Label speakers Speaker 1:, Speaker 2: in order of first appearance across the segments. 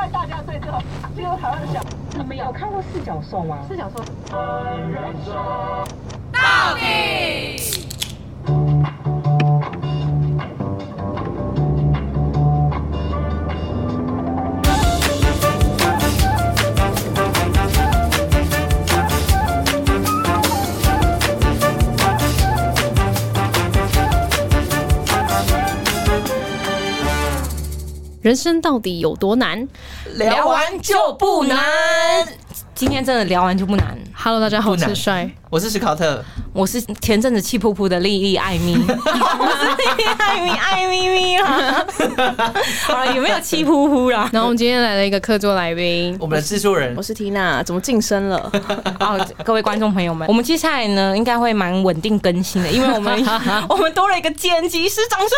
Speaker 1: 最后最后台湾的小
Speaker 2: 你们有看过四角兽吗？
Speaker 1: 四角兽，
Speaker 3: 人生到底有多难
Speaker 4: 聊完就不难。今天真的聊完就不难。
Speaker 3: ？Hello，大家好，我
Speaker 4: 不难
Speaker 3: 是帅。
Speaker 5: 我是史考特，
Speaker 4: 我是前阵子气噗噗的莉莉艾米，我是莉莉艾米啊艾咪咪啦。 好了，有没有气噗噗啦？
Speaker 3: 然后我们今天来了一个客座来宾，
Speaker 5: 我们的制作人
Speaker 1: 我。是缇娜，怎么晋升了？
Speaker 4: 哦，各位观众朋友们，我们接下来呢应该会蛮稳定更新的，因为我 们我们多了一个剪辑师，掌声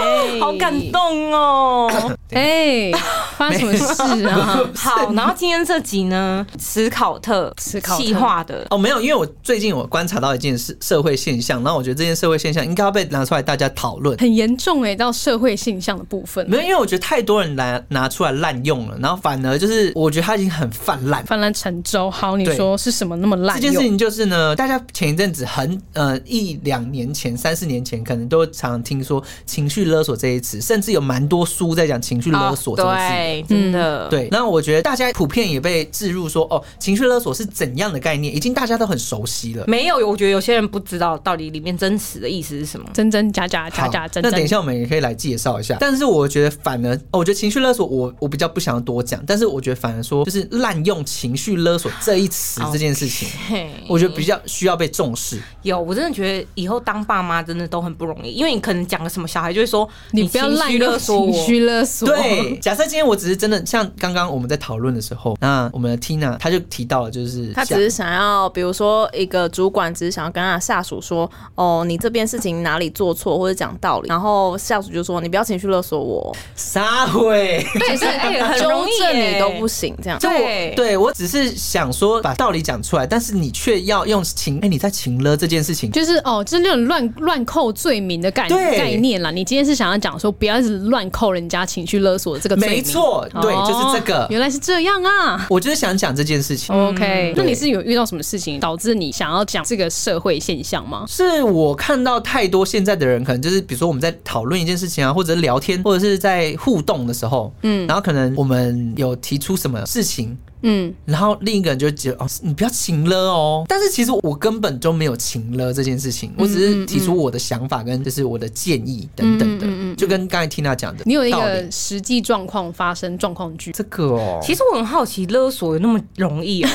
Speaker 4: 欢迎！哇，好感动
Speaker 5: 嗯
Speaker 4: 哦。
Speaker 3: 哎，发生什么事啊？
Speaker 4: 好，然后今天这集呢，史考特
Speaker 3: 史考特
Speaker 4: 企划的，
Speaker 5: 哦，没有，因为我最近我观察到一件事社会现象，然后我觉得这件社会现象应该要被拿出来大家讨论。
Speaker 3: 很严重哎、到社会现象的部分，
Speaker 5: 没有，因为我觉得太多人拿拿出来滥用了，然后反而就是我觉得它已经很泛滥。
Speaker 3: 泛滥成舟。好，你
Speaker 5: 对
Speaker 3: 说是什么那么
Speaker 5: 这
Speaker 3: 滥
Speaker 5: 件事
Speaker 3: 用？
Speaker 5: 情就是呢，大家前一阵子很呃一两年前、三四年前，可能都常听说情绪勒索这一词，甚至有蛮多书在讲情绪勒索这个词。
Speaker 4: 啊哦对，真的，
Speaker 5: 对，那我觉得大家普遍也被置入说，哦，情绪勒索是怎样的概念，已经大家都很熟悉了。
Speaker 4: 没有，我觉得有些人不知道到底里面真实的意思是什么。
Speaker 3: 真真假假，假
Speaker 5: 好
Speaker 3: 假真
Speaker 5: 那等一
Speaker 3: 真。
Speaker 5: 下我们也可以来介绍一下。但是我觉得反而，哦我觉得情绪勒索我，我比较不想要多讲，但是我觉得反而说，就是滥用情绪勒索这一词这件事情。
Speaker 4: 嘿，
Speaker 5: 我觉得比较需要被重视，
Speaker 4: 有，我真的觉得以后当爸妈真的都很不容易，因为你可能讲个什么，小孩就会说
Speaker 3: 你不要
Speaker 4: 情绪
Speaker 3: 滥用
Speaker 4: 勒索
Speaker 3: 情
Speaker 4: 我。
Speaker 3: 绪勒索。
Speaker 5: 对。假设今天我只是真的像刚刚我们在讨论的时候，那我们的 Tina 她就提到了，就是
Speaker 1: 他只是想要，比如说一个主管只是想要跟他的下属说，哦，你这件事情哪里做错或者讲道理，然后下属就说你不要情绪勒索我，
Speaker 5: 撒会。
Speaker 4: 对，是哎，很
Speaker 1: 纠
Speaker 4: 容易
Speaker 1: 正
Speaker 4: 耶
Speaker 1: 你都不行，这样
Speaker 4: 就
Speaker 5: 我
Speaker 4: 对
Speaker 5: 对我只是想说把道理讲出来，但是你却要用情，哎、你在情勒这件事情，
Speaker 3: 就是哦，就是那种乱乱扣罪名的概
Speaker 5: 对
Speaker 3: 概念啦。你今天是想要讲说，不要一直乱扣人家情绪勒索的这个罪名。
Speaker 5: 没错，对，
Speaker 3: 哦
Speaker 5: 就是这个。
Speaker 3: 原来嗯是这样啊。
Speaker 5: 我就是想讲这件事情。
Speaker 3: OK，、那
Speaker 5: 对
Speaker 3: 你是有遇到什么事情导致你想要讲这个社会现象吗？
Speaker 5: 是我看到太多现在的人，可能就是比如说我们在讨论一件事情啊，或者是聊天，或者是在互动的时候，嗯，然后可能我们有提出什么事情，
Speaker 3: 嗯，
Speaker 5: 然后另一个人就觉得哦，你不要情了哦。但是其实我根本就没有情了这件事
Speaker 3: 嗯
Speaker 5: 情，我只是提出我的想法跟就是我的建议等等的，
Speaker 3: 嗯
Speaker 5: 就跟刚才 Tina 讲的道理，
Speaker 3: 你有一个实际状况发生状况剧，
Speaker 5: 这个哦，
Speaker 4: 其实我很好奇，勒索有那么容易啊？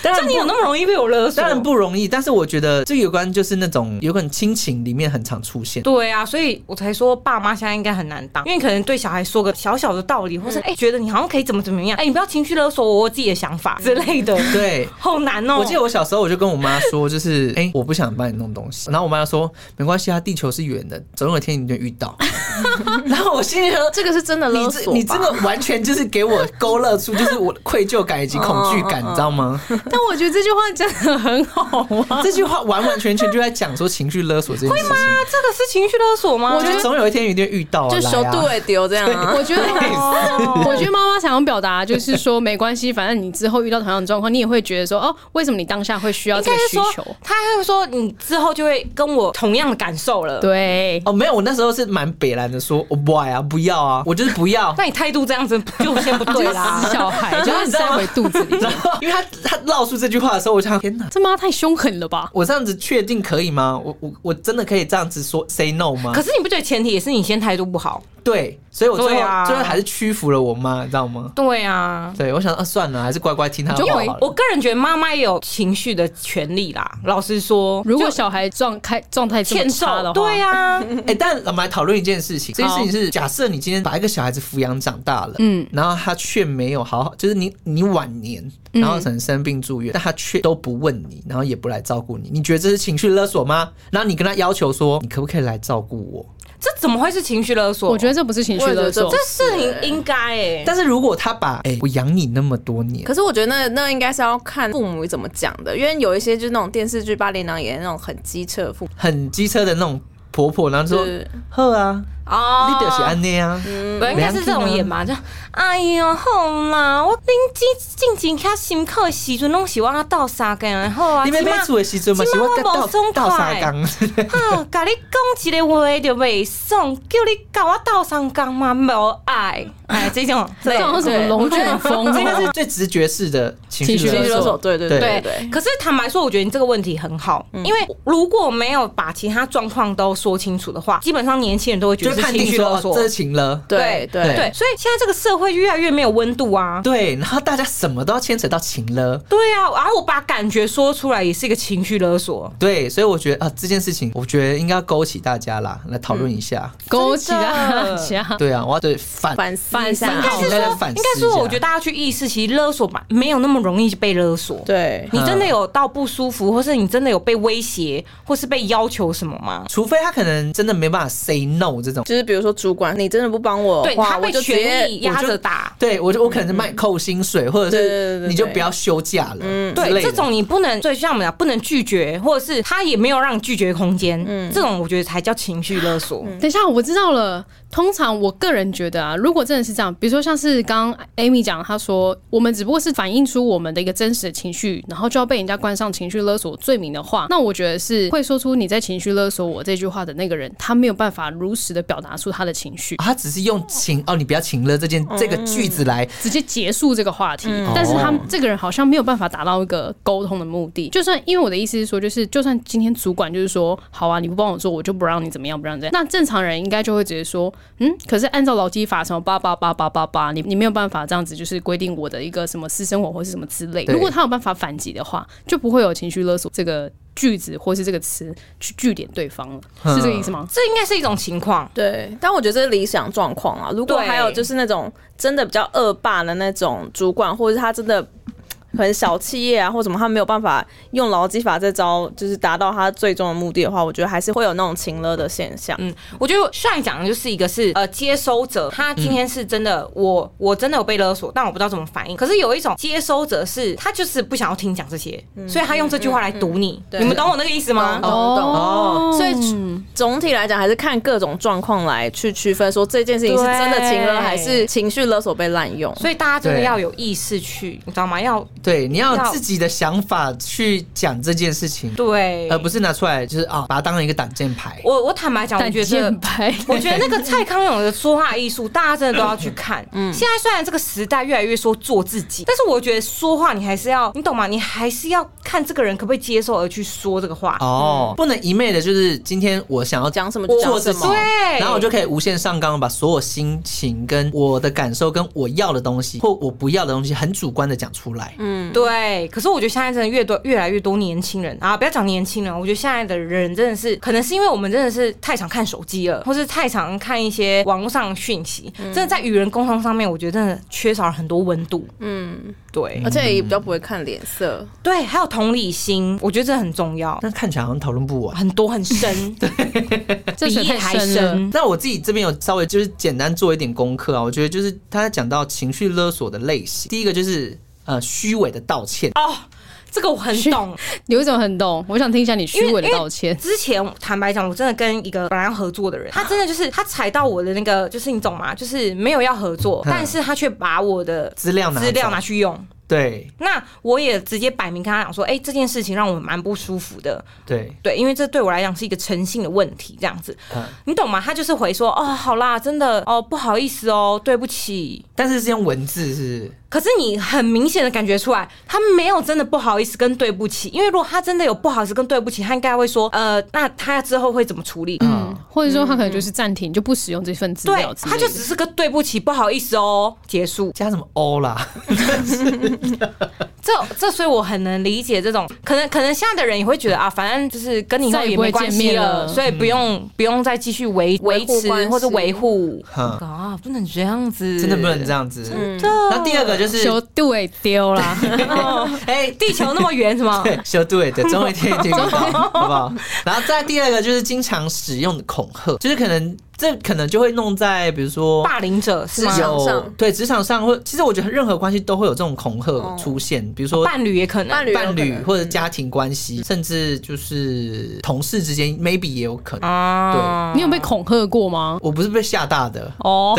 Speaker 5: 当
Speaker 4: 就
Speaker 5: 然
Speaker 4: 你有那么容易被我勒索？
Speaker 5: 当然。不容易，但是我觉得这有关就是那种有可能亲情里面很常出现。
Speaker 4: 对啊，所以我才说爸妈现在应该很难当，因为可能对小孩说个小小的道理，或是哎、觉得你好像可以怎么怎么样，哎、你不要情绪勒索我，我有自己的想法之类的，
Speaker 5: 对，
Speaker 4: 好难哦、
Speaker 5: 我记得我小时候，我就跟我妈说， 就是哎、诶我不想帮你弄东西。然后我妈说，没关系啊，地球是圆的，总有一天你会遇 到。然后我心里想说，
Speaker 1: 这个是真的
Speaker 5: 你
Speaker 1: 勒
Speaker 5: 这
Speaker 1: 索
Speaker 5: 你这
Speaker 1: 吧？
Speaker 5: 个完全就是给我勾勒出，就是我的愧疚感以及恐惧 感，你知道吗？
Speaker 3: 但我觉得这句话真的很好啊。
Speaker 5: 这句话完完全全就在讲说情绪勒索这件事情，
Speaker 4: 啊这个是情绪勒索吗？
Speaker 5: 就是总有一天一定会遇到、啊，
Speaker 1: 就
Speaker 5: 来
Speaker 1: 手
Speaker 5: 啊
Speaker 1: 度 也丢这样啊
Speaker 3: 我。觉得，
Speaker 4: 哦
Speaker 3: 我觉得妈妈想要表达就是说，没关系，反正你之后遇到同样的状况，你也会觉得说，哦，为什么你当下会需要
Speaker 4: 应
Speaker 3: 这
Speaker 4: 该
Speaker 3: 个
Speaker 4: 是
Speaker 3: 需求
Speaker 4: 说？，他还会说你之后就会跟我同样的感受了。，
Speaker 3: 对，
Speaker 5: 哦，没有，我那时候是蛮北蓝的说，我不爱啊，不要 啊，我就是不要。
Speaker 4: 那你态度这样子就先不对啦
Speaker 3: 死。小孩 就是塞回肚子里。
Speaker 5: 然后，因为他他唠出这句话的时候，我就想，天哪，
Speaker 3: 这妈太凶狠了吧？
Speaker 5: 我这样子确定可以吗？我我我真的可以这样子说 say no 吗
Speaker 4: 可？是你不觉得前提也是你先态度不好？
Speaker 5: 对，所以我最
Speaker 4: 对
Speaker 5: 后、
Speaker 4: 啊
Speaker 5: 最后还是屈服了我妈，你知道吗？
Speaker 4: 对啊。
Speaker 5: 对，我想啊，算了，还是乖乖听她
Speaker 3: 就
Speaker 5: 的话
Speaker 3: 回
Speaker 5: 好 了。
Speaker 4: 我个人觉得妈妈也有情绪的权利啦。老实说，
Speaker 3: 如果
Speaker 4: 就
Speaker 3: 小孩状态状态这么
Speaker 4: 欠
Speaker 3: 差的
Speaker 4: 揍，
Speaker 3: 话，
Speaker 4: 对啊，
Speaker 5: 哎、但我们来讨论一件事情，这件事情是假设你今天把一个小孩子抚养长大了，嗯，然后他却没有好好，就是你你晚年，然后可能生病住院，但他却都不问你，然后也不来照顾你，你觉得这是情绪勒索吗？然后你跟他要求说，你可不可以来照顾我？
Speaker 4: 这怎么会是情绪勒索？
Speaker 3: 我觉得这不是情绪勒索
Speaker 1: 我也觉得
Speaker 4: 这事情应该哎、
Speaker 5: 但是如果他把哎、我养你那么多年，
Speaker 1: 可是我觉得那那应该是要看父母怎么讲的，因为有一些就是那种电视剧《八零郎》演的那种很机车的父母，
Speaker 5: 很机车的那种婆婆，然后说
Speaker 1: 是
Speaker 5: 呵啊，
Speaker 4: 哦
Speaker 5: 你就是安内啊，
Speaker 4: 不应该是这种演吧？就哎哟好啦，我顶几近近较辛苦的时阵，拢是我斗相共，然后啊，
Speaker 5: 你
Speaker 4: 即
Speaker 5: 要
Speaker 4: 摆
Speaker 5: 买厝的时阵嘛是我
Speaker 4: 现在我
Speaker 5: 到
Speaker 4: 无爽快
Speaker 5: 到三工，
Speaker 4: 啊，甲你讲一个话就袂爽，叫你甲我斗相共嘛无爱，哎，这种
Speaker 3: 这
Speaker 4: 对
Speaker 3: 种什么龙卷风哦
Speaker 5: 这应该是最直觉式的情绪
Speaker 3: 情绪
Speaker 1: 情绪勒
Speaker 5: 勒
Speaker 1: 索，
Speaker 5: 索。
Speaker 1: 对对对对
Speaker 4: 对
Speaker 1: 对，
Speaker 4: 可是坦白说，我觉得你这个问题很好，因为如果没有把其他状况都说清楚的话，基本上年轻人都会觉
Speaker 5: 就
Speaker 4: 得
Speaker 5: 是
Speaker 4: 是
Speaker 5: 判
Speaker 4: 情
Speaker 5: 定
Speaker 4: 绪
Speaker 5: 说
Speaker 4: 勒
Speaker 5: 哦
Speaker 4: 索。
Speaker 5: 这是情了，
Speaker 1: 对对
Speaker 4: 对，所以现在这个社会越来越没有温度啊。
Speaker 5: 对，然后大家什么都要牵扯到情了，
Speaker 4: 对啊，然后我把感觉说出来也是一个情绪勒索。
Speaker 5: 对，所以我觉得啊这件事情，我觉得应该要勾起大家啦，来讨论一下。
Speaker 3: 勾起大
Speaker 4: 真的
Speaker 3: 家。
Speaker 5: 对啊，我要对反
Speaker 1: 反思一下
Speaker 3: 反，
Speaker 5: 思
Speaker 4: 应
Speaker 5: 大
Speaker 4: 嗯该
Speaker 5: 家
Speaker 4: 说
Speaker 5: 反，思
Speaker 4: 应该
Speaker 5: 一
Speaker 4: 说，
Speaker 5: 下
Speaker 4: 我觉得大家去意识，其实勒索吧没有那么容易被勒索。
Speaker 1: 对
Speaker 4: 你真的有到不舒服，或是你真的有被威胁，或是被要求什么吗？
Speaker 5: 除非他可能真的没办法 say no 这种，
Speaker 1: 就是比如说主管，你真的不帮我的
Speaker 4: 对
Speaker 1: 话，
Speaker 4: 他
Speaker 1: 我
Speaker 4: 被
Speaker 1: 就直
Speaker 4: 权
Speaker 1: 接
Speaker 4: 力压着打。
Speaker 5: 对我就我可
Speaker 4: 嗯
Speaker 5: 能就卖扣薪水，或者
Speaker 1: 对对对
Speaker 5: 是
Speaker 1: 对
Speaker 5: 你就不要休假了，之类
Speaker 4: 嗯对，
Speaker 5: 的
Speaker 4: 这种你不能，对，就像我们讲，不能拒绝，或者是他也没有让你拒绝空间，
Speaker 1: 嗯
Speaker 4: 这种我觉得才叫情绪勒索。
Speaker 3: 等一下，我知道了。通常我个人觉得啊，如果真的是这样，比如说像是刚刚 Amy 讲，她说我们只不过是反映出我们的一个真实的情绪，然后就要被人家冠上情绪勒索罪名的话，那我觉得是会说出你在情绪勒索我这句话的那个人，他没有办法如实的表达出他的情绪。
Speaker 5: 啊他只是用情哦，你不要情了这件
Speaker 4: 嗯
Speaker 5: 这个句子来
Speaker 3: 直接结束这个话题，但是他们这个人好像没有办法达到一个沟通的目的。就算因为我的意思是说，就是就算今天主管就是说，好啊，你不帮我做，我就不让你怎么样，不让你怎样。那正常人应该就会直接说，嗯，可是按照劳基法什么八八八八八八，你你没有办法这样子，就是规定我的一个什么私生活或是什么之类。
Speaker 5: 对
Speaker 3: 如果他有办法反击的话，就不会有情绪勒索这个句子或是这个词去据点对方了，是这个意思吗？
Speaker 4: 这应该是一种情况。
Speaker 1: 对，但我觉得这是理想状况啊。如果
Speaker 4: 对
Speaker 1: 还有就是那种真的比较恶霸的那种主管，或者是他真的很小企业啊，或什么，他没有办法用劳基法这招，就是达到他最终的目的的话，我觉得还是会有那种情勒的现象。
Speaker 4: 嗯，我觉得上一讲的就是一个是呃接收者，他今天是真的，我我真的有被勒索，但我不知道怎么反应。可是有一种接收者是他就是不想要听你讲这些，
Speaker 1: 嗯
Speaker 4: 所以他用这句话来堵你。
Speaker 1: 对嗯
Speaker 4: 你们懂我那个意思吗？
Speaker 1: 懂懂
Speaker 5: 哦
Speaker 1: 所以总体来讲，还是看各种状况来去区分，说这件事情是真的情勒
Speaker 4: 对
Speaker 1: 还是情绪勒索被滥用。
Speaker 4: 所以大家真的
Speaker 5: 对
Speaker 4: 要有意识去，你知道吗？要
Speaker 5: 对，你要有
Speaker 4: 嗯要
Speaker 5: 自己的想法去讲这件事情，
Speaker 4: 对，
Speaker 5: 呃而不是拿出来就是啊、把它当成一个挡箭牌。
Speaker 4: 我我坦白讲，我
Speaker 3: 但
Speaker 4: 觉得
Speaker 3: 见白。
Speaker 4: 我觉得那个蔡康永的说话艺术，大家真的都要去看。嗯，现在虽然这个时代越来越说做自己，但是我觉得说话你还是要，你懂吗？你还是要看这个人可不可以接受而去说这个话。
Speaker 5: 哦，
Speaker 4: 嗯
Speaker 5: 不能一昧的，就是今天我想要
Speaker 1: 讲什么就讲
Speaker 5: 做自
Speaker 1: 什
Speaker 5: 己
Speaker 1: 么，
Speaker 4: 对
Speaker 5: 然后我就可以无限上纲，把所有心情跟我的感受跟我要的东西或我不要的东西，很主观的讲出来。嗯，
Speaker 4: 对，可是我觉得现在真的越多越来越多年轻人啊，不要讲年轻人，我觉得现在的人真的是，可能是因为我们真的是太常看手机了，或是太常看一些网络上的讯息，真的在与人沟通上面，我觉得真的缺少了很多温度。嗯，对
Speaker 1: 而且也比较不会看脸色。
Speaker 4: 对，还有同理心，我觉得这很重要。
Speaker 5: 但看起来好像讨论不完。
Speaker 4: 很多很深，
Speaker 3: 这
Speaker 4: 比
Speaker 3: 水
Speaker 4: 夜
Speaker 3: 太
Speaker 4: 还
Speaker 3: 深了。
Speaker 4: 深。
Speaker 5: 那我自己这边有稍微就是简单做一点功课啊，我觉得就是他讲到情绪勒索的类型，第一个就是呃虚伪的道歉，
Speaker 4: 哦，这个我很懂。
Speaker 3: 有一种很懂，我想听一下你虚伪的道歉。
Speaker 4: 之前坦白讲，我真的跟一个本来要合作的人，他真的就是他踩到我的那个，就是你懂吗？就是没有要合作，
Speaker 5: 嗯
Speaker 4: 但是他却把我的
Speaker 5: 资料拿
Speaker 4: 资料
Speaker 5: 走
Speaker 4: 拿去用。
Speaker 5: 对
Speaker 4: 那我也直接摆明跟他讲说，哎、这件事情让我蛮不舒服的，
Speaker 5: 对，
Speaker 4: 对，因为这对我来讲是一个诚信的问题，这样子，
Speaker 5: 嗯
Speaker 4: 你懂吗？他就是回说，哦，好啦，真的，哦，不好意思哦，对不起，
Speaker 5: 但是是用文字是
Speaker 4: 可是你很明显的感觉出来，他没有真的不好意思跟对不起，因为如果他真的有不好意思跟对不起，他应该会说，呃，那他之后会怎么处理？
Speaker 5: 嗯
Speaker 3: 或者说他可能就是暂停，就不使用这份资
Speaker 4: 对
Speaker 3: 料，之类
Speaker 4: 他
Speaker 3: 的。
Speaker 4: 就只是个对不起，不好意思哦，结束。
Speaker 5: 加什么欧啦，
Speaker 4: 这这，所以我很能理解这种，可能可能现在的人也会觉得啊，反正就是跟你以后
Speaker 3: 再也
Speaker 4: 也
Speaker 3: 不会
Speaker 4: 没关
Speaker 3: 见
Speaker 4: 系
Speaker 3: 面了
Speaker 4: 了，所以不用、不用再继续维维
Speaker 1: 维护
Speaker 4: 持
Speaker 1: 关系
Speaker 4: 或者维护。
Speaker 5: 嗯
Speaker 4: 啊，不能这样子，
Speaker 5: 真的不能这
Speaker 4: 样。
Speaker 5: 样子。那第二个就是
Speaker 3: 球队丢啦，
Speaker 4: 哎、地球那么圆，是吗？
Speaker 5: 对，修对的，总有一天一定遇到，好不好？然后再第二个就是经常使用的恐吓，就是可能这可能就会弄在比如说
Speaker 4: 霸凌者是
Speaker 1: 职
Speaker 4: 吗？
Speaker 1: 场
Speaker 5: 有
Speaker 1: 上
Speaker 5: 对职场上或其实我觉得任何关系都会有这种恐吓
Speaker 1: 哦
Speaker 5: 出现，比如说
Speaker 4: 伴侣也可能
Speaker 1: 伴侣有可
Speaker 5: 伴
Speaker 1: 能
Speaker 5: 侣或者家庭关系，甚至就是同事之间，maybe 也有可能。
Speaker 4: 啊，
Speaker 3: 你有被恐吓过吗？
Speaker 5: 我不是被吓大的，
Speaker 3: 哦，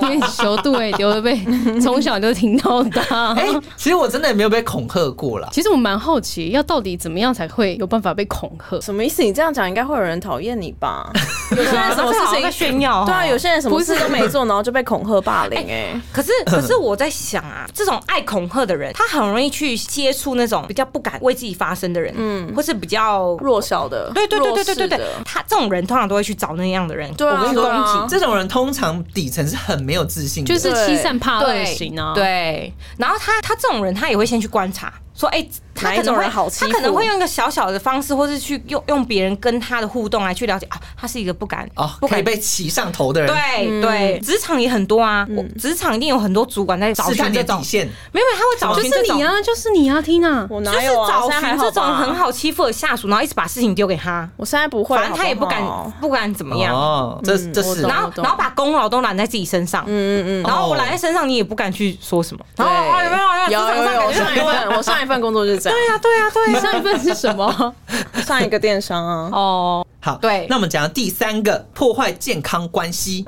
Speaker 3: 你很羞对，有的 被从小就听到大。
Speaker 5: 哎、其实我真的也没有被恐吓过 啦。
Speaker 3: 其实我蛮好奇，要到底怎么样才会有办法被恐吓？
Speaker 1: 什么意思？你这样讲，应该会有人讨厌你吧？
Speaker 4: 啊
Speaker 1: 有些人什么
Speaker 4: 这好像在
Speaker 1: 事情？
Speaker 4: 炫耀哦？
Speaker 1: 对啊，有些人什么事
Speaker 3: 不是
Speaker 1: 都没做，然后就被恐吓霸凌、哎、
Speaker 4: 可 是，可是我在想啊，这种爱恐吓的人，他很容易去接触那种比较不敢为自己发声的人，嗯，或是比较，
Speaker 1: 弱小的，
Speaker 4: 对对对对对对对
Speaker 1: 弱势的，
Speaker 4: 他这种人通常都会去找那样的人，
Speaker 1: 对啊
Speaker 4: 我跟你
Speaker 1: 对啊
Speaker 4: 攻击。
Speaker 5: 这种人通常底层是很没有自信的，
Speaker 3: 就是
Speaker 1: 对
Speaker 3: 欺善怕恶
Speaker 4: 对，
Speaker 3: 型啊。，
Speaker 4: 对，然后他他这种人，他也会先去观察，说，哎、他
Speaker 1: 哪一
Speaker 4: 可能
Speaker 1: 种
Speaker 4: 会
Speaker 1: 人好欺
Speaker 4: 他可能
Speaker 1: 负
Speaker 4: 会用一个小小的方式，或是去用用别人跟他的互动来去了解啊，他是一个不敢
Speaker 5: 哦，
Speaker 4: 不
Speaker 5: 可以
Speaker 4: 敢
Speaker 5: 被骑上头的人，
Speaker 1: 嗯
Speaker 4: 对对，职场也很多啊，我职场一定有很多主管在找
Speaker 5: 试
Speaker 4: 寻
Speaker 5: 探你
Speaker 4: 这
Speaker 5: 的
Speaker 4: 种
Speaker 5: 底，线。
Speaker 4: 没有，他会找
Speaker 3: 就
Speaker 4: 寻这
Speaker 3: 是
Speaker 4: 种
Speaker 3: 你。啊，就是你啊，Tina。
Speaker 4: 就
Speaker 1: 我哪
Speaker 4: 是
Speaker 1: 有啊？
Speaker 4: 找
Speaker 1: 我现在还
Speaker 4: 寻
Speaker 1: 好
Speaker 4: 这种
Speaker 1: 吧
Speaker 4: 很，好欺负的下属，然后一直把事情丢给他，
Speaker 1: 我现在不会，啊
Speaker 4: 反正他也不敢
Speaker 1: 好好
Speaker 4: 不敢怎么样，
Speaker 5: 哦，这
Speaker 1: 嗯
Speaker 5: 这
Speaker 1: 我
Speaker 5: 是
Speaker 1: 懂
Speaker 4: 然后
Speaker 1: 懂
Speaker 4: 然后把功劳都揽在自己身上，
Speaker 1: 嗯嗯嗯。
Speaker 4: 然后我
Speaker 5: 哦
Speaker 4: 揽在身上，你也不敢去说什么，然后
Speaker 1: 对
Speaker 4: 哦有没有有没
Speaker 1: 有
Speaker 4: 有职场
Speaker 1: 有
Speaker 4: 上
Speaker 1: 有，
Speaker 4: 感
Speaker 1: 我
Speaker 4: 觉
Speaker 1: 上一份我上一份工作就是这样，
Speaker 4: 对呀对呀啊对
Speaker 3: 你
Speaker 4: 呀，
Speaker 3: 上一份是什么？
Speaker 1: 上一个电商啊，
Speaker 3: 哦，
Speaker 5: 好。
Speaker 4: 对
Speaker 5: 那我们讲第三个破坏健康关系，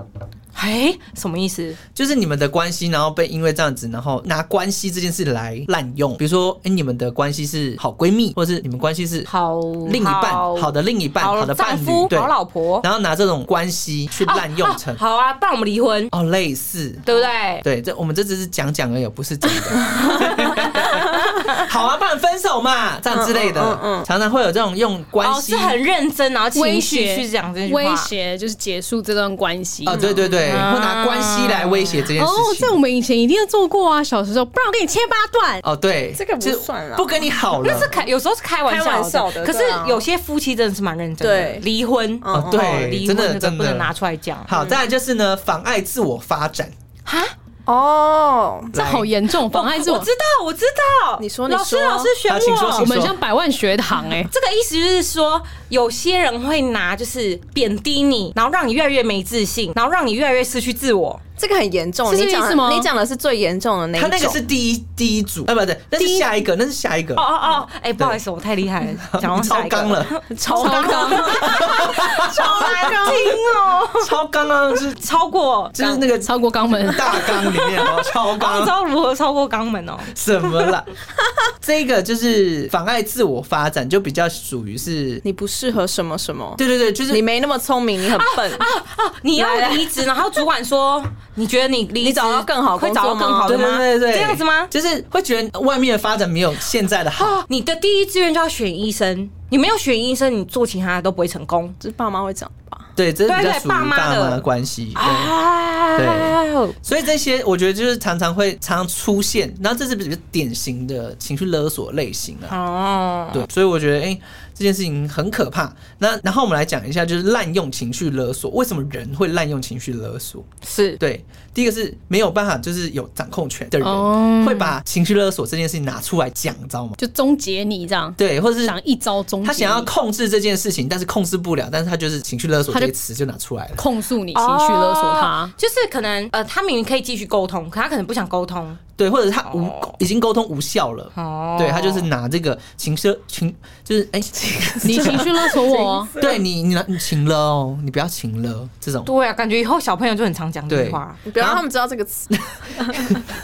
Speaker 4: 哎，什么意思？
Speaker 5: 就是你们的关系，然后被因为这样子，然后拿关系这件事来滥用。比如说，哎、你们的关系是好闺蜜，或者是你们关系是
Speaker 4: 好
Speaker 5: 另一半，好的另一半，好
Speaker 4: 好
Speaker 5: 的
Speaker 4: 丈
Speaker 5: 伴
Speaker 4: 夫
Speaker 5: 侣，对，
Speaker 4: 好老婆
Speaker 5: 然后拿这种关系去滥用成
Speaker 4: 啊好啊，不然我们离婚，
Speaker 5: 哦，类似。
Speaker 4: 对不对？
Speaker 5: 对，这我们这只是讲讲而已，不是真的。 好啊，不然分手嘛，这样之类的，
Speaker 1: 嗯嗯嗯
Speaker 5: 常常会有这种用关
Speaker 4: 哦，
Speaker 5: 系、
Speaker 4: 是很认真，然后情
Speaker 3: 威
Speaker 4: 绪
Speaker 3: 胁
Speaker 4: 去讲这句话
Speaker 3: 威。胁就是结束这段关系。
Speaker 5: 啊、对对对，
Speaker 4: 啊
Speaker 5: 会拿关系来威胁这件
Speaker 3: 哦
Speaker 5: 事，情
Speaker 3: 这。我们以前一定要做过啊，小时候，不然我给你切八段。
Speaker 5: 哦，对，
Speaker 1: 这个不
Speaker 5: 就是
Speaker 1: 算啦
Speaker 5: 不跟你好
Speaker 4: 那是
Speaker 5: 了。
Speaker 4: 开有时候是开玩
Speaker 1: 开
Speaker 4: 笑
Speaker 1: 玩笑的
Speaker 4: 可是
Speaker 1: 对啊
Speaker 4: 有些夫妻真的是蛮认真
Speaker 1: 对
Speaker 4: 的，离婚
Speaker 1: 嗯
Speaker 5: 哦，
Speaker 4: 哦
Speaker 5: 对，
Speaker 4: 离
Speaker 5: 真
Speaker 4: 婚
Speaker 5: 的
Speaker 4: 这个
Speaker 5: 真
Speaker 4: 不能拿
Speaker 5: 的。
Speaker 4: 出来讲。
Speaker 5: 好，再来就是呢，妨碍自我发展。
Speaker 4: 哈，
Speaker 1: 哦，
Speaker 3: 这好严重，妨碍自
Speaker 4: 我
Speaker 3: 我
Speaker 4: 知。道，我知道。
Speaker 1: 你说
Speaker 4: 老
Speaker 1: 你
Speaker 4: 师，
Speaker 1: 说
Speaker 4: 老师选
Speaker 5: 好请说请
Speaker 3: 我
Speaker 4: 我。
Speaker 3: 们像百万学堂哎、
Speaker 4: 这个意思就是说，有些人会拿就是贬低你，然后让你越来越没自信，然后让你越来越失去自我。
Speaker 1: 这个很严重，
Speaker 3: 是这
Speaker 1: 你
Speaker 3: 个
Speaker 1: 讲
Speaker 3: 意思吗
Speaker 1: 的你讲的是最严重的那一
Speaker 5: 他
Speaker 1: 种，
Speaker 5: 那个是第一第一组，啊，不对，那是下一个，那是下一个
Speaker 4: 哦，哦哦，哎，不好意思，我太厉害 了，讲到
Speaker 5: 超
Speaker 4: 下一个
Speaker 5: 纲了，
Speaker 1: 超 纲，
Speaker 4: 好难听哦，
Speaker 5: 超纲啊， 就是
Speaker 4: 超 过。
Speaker 5: 就是那个。
Speaker 3: 超过肛门
Speaker 5: 大纲里面哦，超
Speaker 4: 不知
Speaker 5: 纲
Speaker 4: 道如何超过肛门哦，
Speaker 5: 什么啦？ 这个就是妨碍自我发展，就比较属于是，
Speaker 1: 你不适合什么什么，
Speaker 5: 对对对，就是
Speaker 1: 你没那么聪明，你很笨，
Speaker 4: 你要离职，然后主管说，你觉得你离职
Speaker 1: 你找到更好
Speaker 4: 会
Speaker 1: 工作
Speaker 4: 找到
Speaker 1: 吗
Speaker 4: 更好
Speaker 5: 对
Speaker 4: 的
Speaker 5: 对
Speaker 4: 吗？
Speaker 5: 对对，
Speaker 4: 这样子吗？
Speaker 5: 就是会觉得外面的发展没有现在的好。
Speaker 4: 哦，你的第一志愿就要选医生，你没有选医生，你做其他的都不会成功。
Speaker 1: 这爸妈会讲吧？
Speaker 5: 对，这是比较
Speaker 4: 对对
Speaker 5: 属于
Speaker 4: 爸
Speaker 5: 爸
Speaker 4: 妈
Speaker 5: 妈
Speaker 4: 的
Speaker 5: 的关系。对，
Speaker 1: 啊
Speaker 4: 对，
Speaker 5: 所以这些我觉得就是常常会常常出现，然后这是比较典型的情绪勒索类型啊。
Speaker 4: 哦，
Speaker 5: 对，所以我觉得，哎、这件事情很可怕。那然后我们来讲一下，就是滥用情绪勒索，为什么人会滥用情绪勒索？
Speaker 4: 是
Speaker 5: 对，第一个是没有办法，就是有掌控权的人、
Speaker 3: 哦
Speaker 5: 会把情绪勒索这件事情拿出来讲，你知道吗？
Speaker 3: 就终结你这样，
Speaker 5: 对，或者是
Speaker 3: 想一招终结你，
Speaker 5: 他想要控制这件事情，但是控制不了，但是他就是情绪勒索
Speaker 3: 他
Speaker 5: 这
Speaker 3: 就
Speaker 5: 个词就拿出来了。
Speaker 3: 控诉你，情绪勒索他
Speaker 4: 哦，就是可能呃，他明明可以继续沟通，可他可能不想沟通。
Speaker 5: 对，或者是他无、已经沟通无效了，
Speaker 4: 哦
Speaker 5: 对他就是拿这个情绪情就是哎，
Speaker 3: 你情绪勒索我 哦，
Speaker 5: 对你你拿你情勒哦，你不要情勒这种。
Speaker 4: 对啊，感觉以后小朋友就很常讲这句话。
Speaker 1: 你不要让他们知道这个词，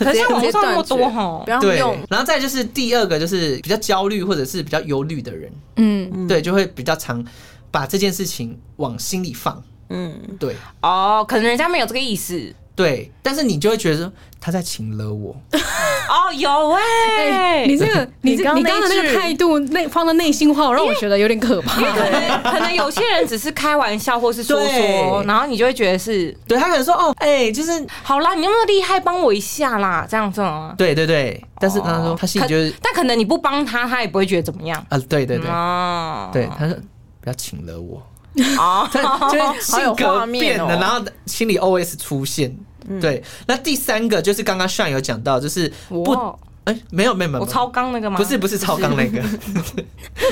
Speaker 4: 可是像啊网络上那么
Speaker 1: 直接
Speaker 4: 多
Speaker 1: 断绝
Speaker 4: 哈
Speaker 1: 不，要
Speaker 5: 对
Speaker 1: 用，。
Speaker 5: 然后再就是第二个，就是比较焦虑或者是比较忧虑的人，
Speaker 3: 嗯，
Speaker 5: 对，就会比较常把这件事情往心里放，
Speaker 1: 嗯，
Speaker 5: 对
Speaker 4: 哦，可能人家没有这个意思。
Speaker 5: 对。但是你就会觉得说他在请了我，
Speaker 4: 哦，有哎，
Speaker 3: 你这个你这
Speaker 1: 你刚
Speaker 3: 你刚的
Speaker 1: 那
Speaker 3: 那
Speaker 1: 句
Speaker 3: 个态度，内放在内心话，让我觉得有点可 怕。
Speaker 4: 可能可能有些人只是开玩笑或是说说，
Speaker 5: 对
Speaker 4: 然后你就会觉得是
Speaker 5: 对他可能说哦，哎、就是
Speaker 4: 好啦，你那么厉害，帮我一下啦，这样子啊。
Speaker 5: 对对对，但是他说他心里就是
Speaker 4: 可但可能你不帮他，他也不会觉得怎么样。
Speaker 5: 啊，对对对、
Speaker 4: 哦，
Speaker 5: 对，他说不要请了我，
Speaker 4: 哦，
Speaker 5: 他就是
Speaker 1: 好
Speaker 5: 性
Speaker 1: 有画
Speaker 5: 格
Speaker 1: 面
Speaker 5: 变
Speaker 1: 哦嗯
Speaker 5: 了，然后心里 OS 出现。对，那第三个就是刚刚 Sean 有讲到，就是不
Speaker 4: 哇
Speaker 5: 哎、没有没有没有，
Speaker 4: 我超纲那个
Speaker 1: 啊
Speaker 4: 吗？
Speaker 5: 不是不是超纲那 个，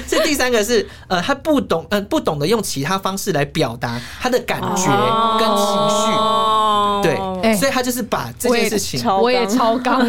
Speaker 5: 是第三个是呃，他不懂呃不懂得用其他方式来表达他的感觉
Speaker 1: 哦
Speaker 5: 跟情绪，
Speaker 4: 哦嗯
Speaker 5: 对，
Speaker 3: 哎
Speaker 5: 所以他就是把这
Speaker 3: 我也
Speaker 5: 件事情，
Speaker 1: 超啊
Speaker 3: 我也超纲，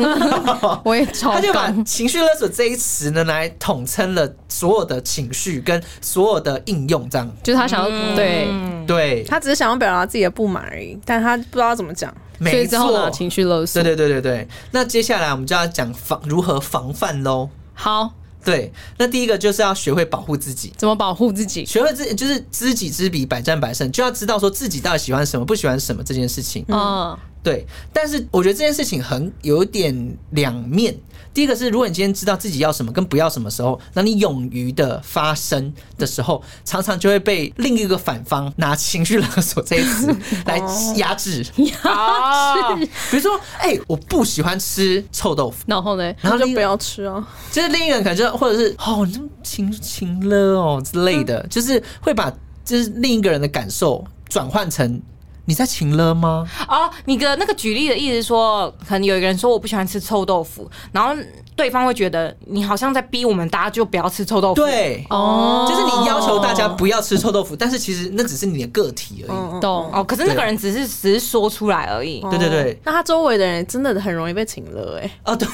Speaker 3: 我也超
Speaker 5: 他就把
Speaker 3: 纲。
Speaker 5: 情绪勒索这一词呢来统称了所有的情绪跟所有的应用，这样
Speaker 3: 就是他想要、
Speaker 5: 嗯
Speaker 3: 对，
Speaker 1: 嗯
Speaker 5: 对，
Speaker 1: 他只是想要表达自己的不满而已，但他不知道怎么讲。
Speaker 3: 所
Speaker 5: 没
Speaker 3: 以之后呢，
Speaker 5: 错，
Speaker 3: 情绪勒索。
Speaker 5: 对对对对对。那接下来我们就要讲防如何防范喽。
Speaker 3: 好，
Speaker 5: 对，那第一个就是要学会保护自己。
Speaker 3: 怎么保护自己？
Speaker 5: 学会自就是知己知彼，百战百胜，就要知道说自己到底喜欢什么，不喜欢什么这件事情。
Speaker 3: 嗯，
Speaker 5: 对，但是我觉得这件事情很有点两面。第一个是，如果你今天知道自己要什么跟不要什么时候，那你勇于的发声的时候，常常就会被另一个反方拿情绪勒索这 一词来压制。
Speaker 4: 啊，
Speaker 5: 比如说，哎、我不喜欢吃臭豆腐，
Speaker 3: 然后呢？
Speaker 5: 然后
Speaker 1: 就
Speaker 5: 另一
Speaker 1: 不要吃哦、
Speaker 5: 就是另一个人可能就或者是哦，你这么情情了哦之类
Speaker 4: 嗯
Speaker 5: 的，就是会把就是另一个人的感受转换成你在情了吗？
Speaker 4: 哦，你的那个举例的意思是说，可能有一个人说我不喜欢吃臭豆腐，然后对方会觉得你好像在逼我们大家就不要吃臭豆腐。，
Speaker 5: 对，
Speaker 3: 哦
Speaker 5: 就是你要求大家不要吃臭豆腐，但是其实那只是你的个体而已。
Speaker 3: 懂
Speaker 4: 哦，可是那个人只是只是说出来而已。
Speaker 5: 对对对，
Speaker 1: 那他周围的人真的很容易被请了哎、
Speaker 5: 哦 对，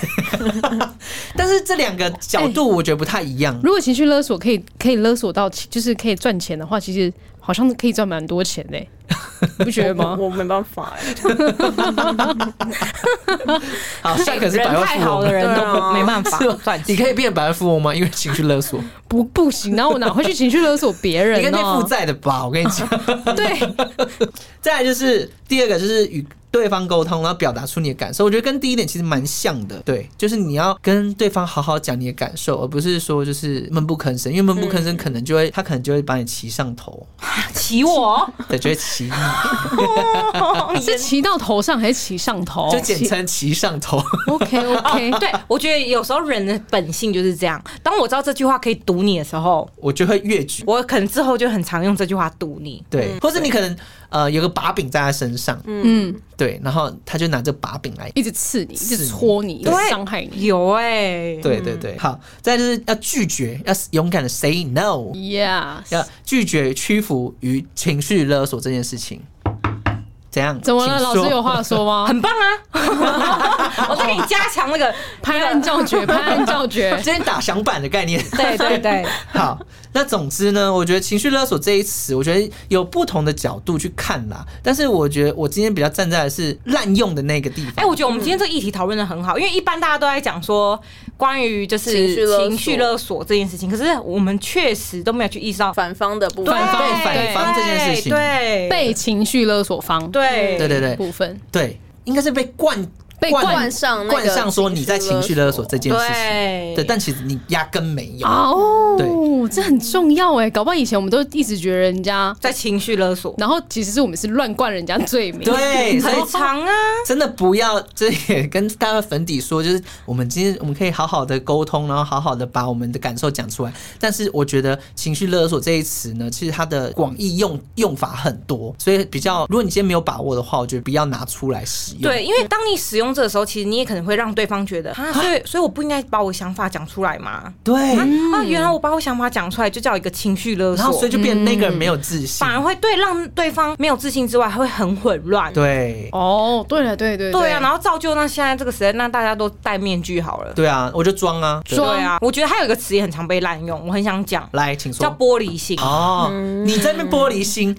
Speaker 5: 但是这两个角度我觉得不太一
Speaker 4: 哎
Speaker 5: 样。
Speaker 3: 如果情绪勒索可以可以勒索到，就是可以赚钱的话，其实好像可以赚蛮多钱的、你不觉得吗？
Speaker 1: 我没办法哎、
Speaker 5: 好，下一个是
Speaker 4: 人
Speaker 5: 百万
Speaker 4: 太
Speaker 5: 富
Speaker 4: 好
Speaker 5: 翁
Speaker 4: 的人都
Speaker 1: 对啊
Speaker 4: 没办 法
Speaker 5: 是吗
Speaker 4: 赚
Speaker 5: 你
Speaker 4: 钱。
Speaker 5: 可以变百万富翁吗？因为情绪勒索，
Speaker 3: 不不行，然后我哪会去情绪勒索别人
Speaker 5: 你跟
Speaker 3: 呢、
Speaker 5: 那负债的吧，我跟你讲。
Speaker 3: 对，
Speaker 5: 再来就是第二个，就是与对方沟通，然后表达出你的感受。我觉得跟第一点其实蛮像的，对，就是你要跟对方好好讲你的感受，而不是说就是闷不吭声，因为闷不吭声可能就会、他可能就会把你骑上头，
Speaker 4: 骑我，
Speaker 5: 对，就会骑你，
Speaker 3: 是骑到头上还是骑上头？
Speaker 5: 就简称骑上头。
Speaker 3: OK OK，
Speaker 4: 对我觉得有时候人的本性就是这样。当我知道这句话可以堵你的时候，
Speaker 5: 我就会越举。
Speaker 4: 我可能之后就很常用这句话堵你。
Speaker 5: 对，或者你可能呃有个把柄在他身上，
Speaker 3: 嗯，
Speaker 5: 对，然后他就拿这把柄来，
Speaker 3: 一直刺你，一
Speaker 5: 刺
Speaker 3: 直
Speaker 5: 你
Speaker 3: 戳你，一直
Speaker 4: 对
Speaker 3: 伤害你。
Speaker 4: 有哎、
Speaker 5: 对对对。好，再来就是要拒绝，要勇敢的 say no，
Speaker 3: Yes，
Speaker 5: 要拒绝屈服于情绪勒索这件事情。怎样？
Speaker 3: 怎么了？
Speaker 5: 请
Speaker 3: 老
Speaker 5: 说
Speaker 3: 师有话说吗？
Speaker 4: 很棒啊！ 我再给你加强那个
Speaker 3: 拍案叫绝，拍案叫绝。
Speaker 5: 今天打响板的概念。
Speaker 4: 对对 对，
Speaker 5: 好，那总之呢，我觉得“情绪勒索”这一词，我觉得有不同的角度去看啦。但是我觉得我今天比较站在的是滥用的那个地
Speaker 4: 哎、
Speaker 5: 方。
Speaker 4: 我觉得我们今天这个议题讨论的很好，因为一般大家都在讲说关于就是
Speaker 1: 情绪勒索
Speaker 4: 情绪勒索这件事情，可是我们确实都没有去意识到
Speaker 1: 反方的部分，
Speaker 4: 对啊
Speaker 5: 反方
Speaker 3: 对
Speaker 5: 反方这件事情，
Speaker 4: 对
Speaker 3: 被情绪勒索方
Speaker 4: 对
Speaker 5: 对对对
Speaker 3: 部分，
Speaker 5: 对，应该是被灌
Speaker 3: 被灌
Speaker 1: 上那个
Speaker 5: 灌上说你在情绪勒索这件事情。
Speaker 4: 对
Speaker 5: 对，但其实你压根没有。
Speaker 3: 哦，这很重要哎，搞不好以前我们都一直觉得人家，
Speaker 4: 在情绪勒索
Speaker 3: 然后其实是我们是乱冠人家罪名，
Speaker 5: 对，所以
Speaker 4: 很长啊，
Speaker 5: 真的不要，这也跟大家粉底说，就是我们今天我们可以好好的沟通，然后好好的把我们的感受讲出来。但是我觉得“情绪勒索”这一词呢，其实它的广义用用法很多，所以比较，如果你今天没有把握的话，我觉得不要拿出来使用。
Speaker 4: 对，因为当你使用这个时候，其实你也可能会让对方觉得啊，所以所以我不应该把我想法讲出来嘛。
Speaker 5: 对，
Speaker 4: 啊，原来我把我想法讲出来就叫一个情绪勒
Speaker 5: 嗯然后所
Speaker 4: 索
Speaker 5: 以，就变那个人没有自信
Speaker 4: 反，而会对让对方没有自信之外，还会很混乱。
Speaker 5: 对。
Speaker 3: 哦，对了，对对
Speaker 4: 对啊，然后造就那现在这个时代，那大家都戴面具好了。
Speaker 5: 对啊，我就装啊，对
Speaker 4: 对啊，我觉得还有一个词也很常被滥用，我很想讲，
Speaker 5: 来，请说
Speaker 4: 叫。玻璃心。
Speaker 5: 哦，你在那边玻璃心，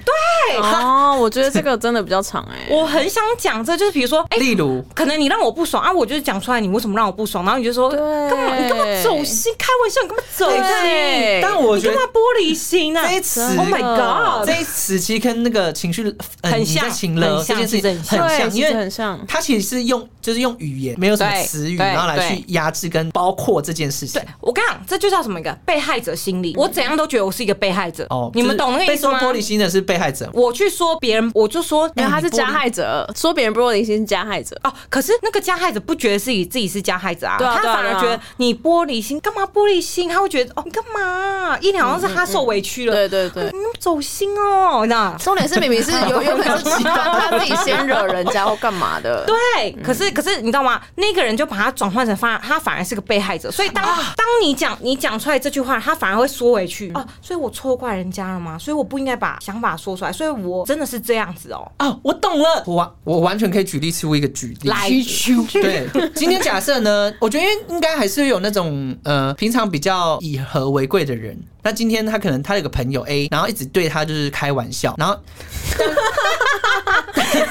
Speaker 1: 哦，我觉得这个真的比较长哎、
Speaker 4: 我很想讲，这就是比如说，哎、
Speaker 5: 例如，
Speaker 4: 可能你让我不爽啊，我就是讲出来，你为什么让我不爽？然后你就说，干嘛？你干嘛走心？开玩笑，你干嘛走心？
Speaker 1: 对
Speaker 5: 但我
Speaker 4: 你
Speaker 5: 觉
Speaker 4: 干
Speaker 5: 得
Speaker 4: 嘛玻璃心呢、啊？
Speaker 5: 这一词
Speaker 4: Oh my god！
Speaker 5: 这一词其实跟那个情绪呃
Speaker 4: 很
Speaker 5: 你在
Speaker 4: 像
Speaker 5: 情勒这
Speaker 4: 很像
Speaker 5: 件事情
Speaker 4: 是
Speaker 5: 很
Speaker 4: 很
Speaker 5: 像，
Speaker 1: 对
Speaker 5: 因
Speaker 1: 其实
Speaker 5: 为
Speaker 1: 很像
Speaker 5: 它其实是用就是用语言，没有什么
Speaker 4: 对
Speaker 5: 词语，
Speaker 4: 对
Speaker 5: 然后来去
Speaker 4: 对
Speaker 5: 压制跟包括这件事情
Speaker 4: 对。我跟你讲，这就叫什么一个被害者心理。我怎样都觉得我是一个被害者。
Speaker 5: 哦，
Speaker 4: 你
Speaker 5: 就
Speaker 4: 们
Speaker 5: 是
Speaker 4: 懂那个
Speaker 5: 被
Speaker 4: 意思
Speaker 5: 说
Speaker 4: 吗？
Speaker 5: 玻璃心的是被害者，
Speaker 4: 我去说别人，我就说
Speaker 1: 没有，他是
Speaker 5: 你玻璃
Speaker 1: 加害者，说别人玻璃心是加害者。
Speaker 4: 哦，可是是那个加害者不觉得自己自己是加害者啊，
Speaker 1: 对啊
Speaker 4: 他
Speaker 1: 对啊
Speaker 4: 反而觉
Speaker 1: 对啊
Speaker 4: 得你玻璃心，干嘛玻璃心？他会觉得哦，你干嘛啊？一脸好像是他受委屈了，
Speaker 1: 对对对
Speaker 4: 你，那么走心哦，那
Speaker 6: 重点是明明是有原本是极端，他自己先惹人家或干嘛的。
Speaker 4: 对，可是可是你知道吗？那个人就把他转换成反，他反而是个被害者。所以当、当你讲你讲出来这句话，他反而会缩回去啊哦、所以我错怪人家了吗？所以我不应该把想法说出来。所以我真的是这样子哦。
Speaker 5: 啊，我懂了，我完我完全可以举例出一个举例。
Speaker 3: 需求
Speaker 5: 对，今天假设呢，我觉得应该还是有那种呃，平常比较以和为贵的人。那今天他可能他有个朋友 A，然后一直对他就是开玩笑，然后，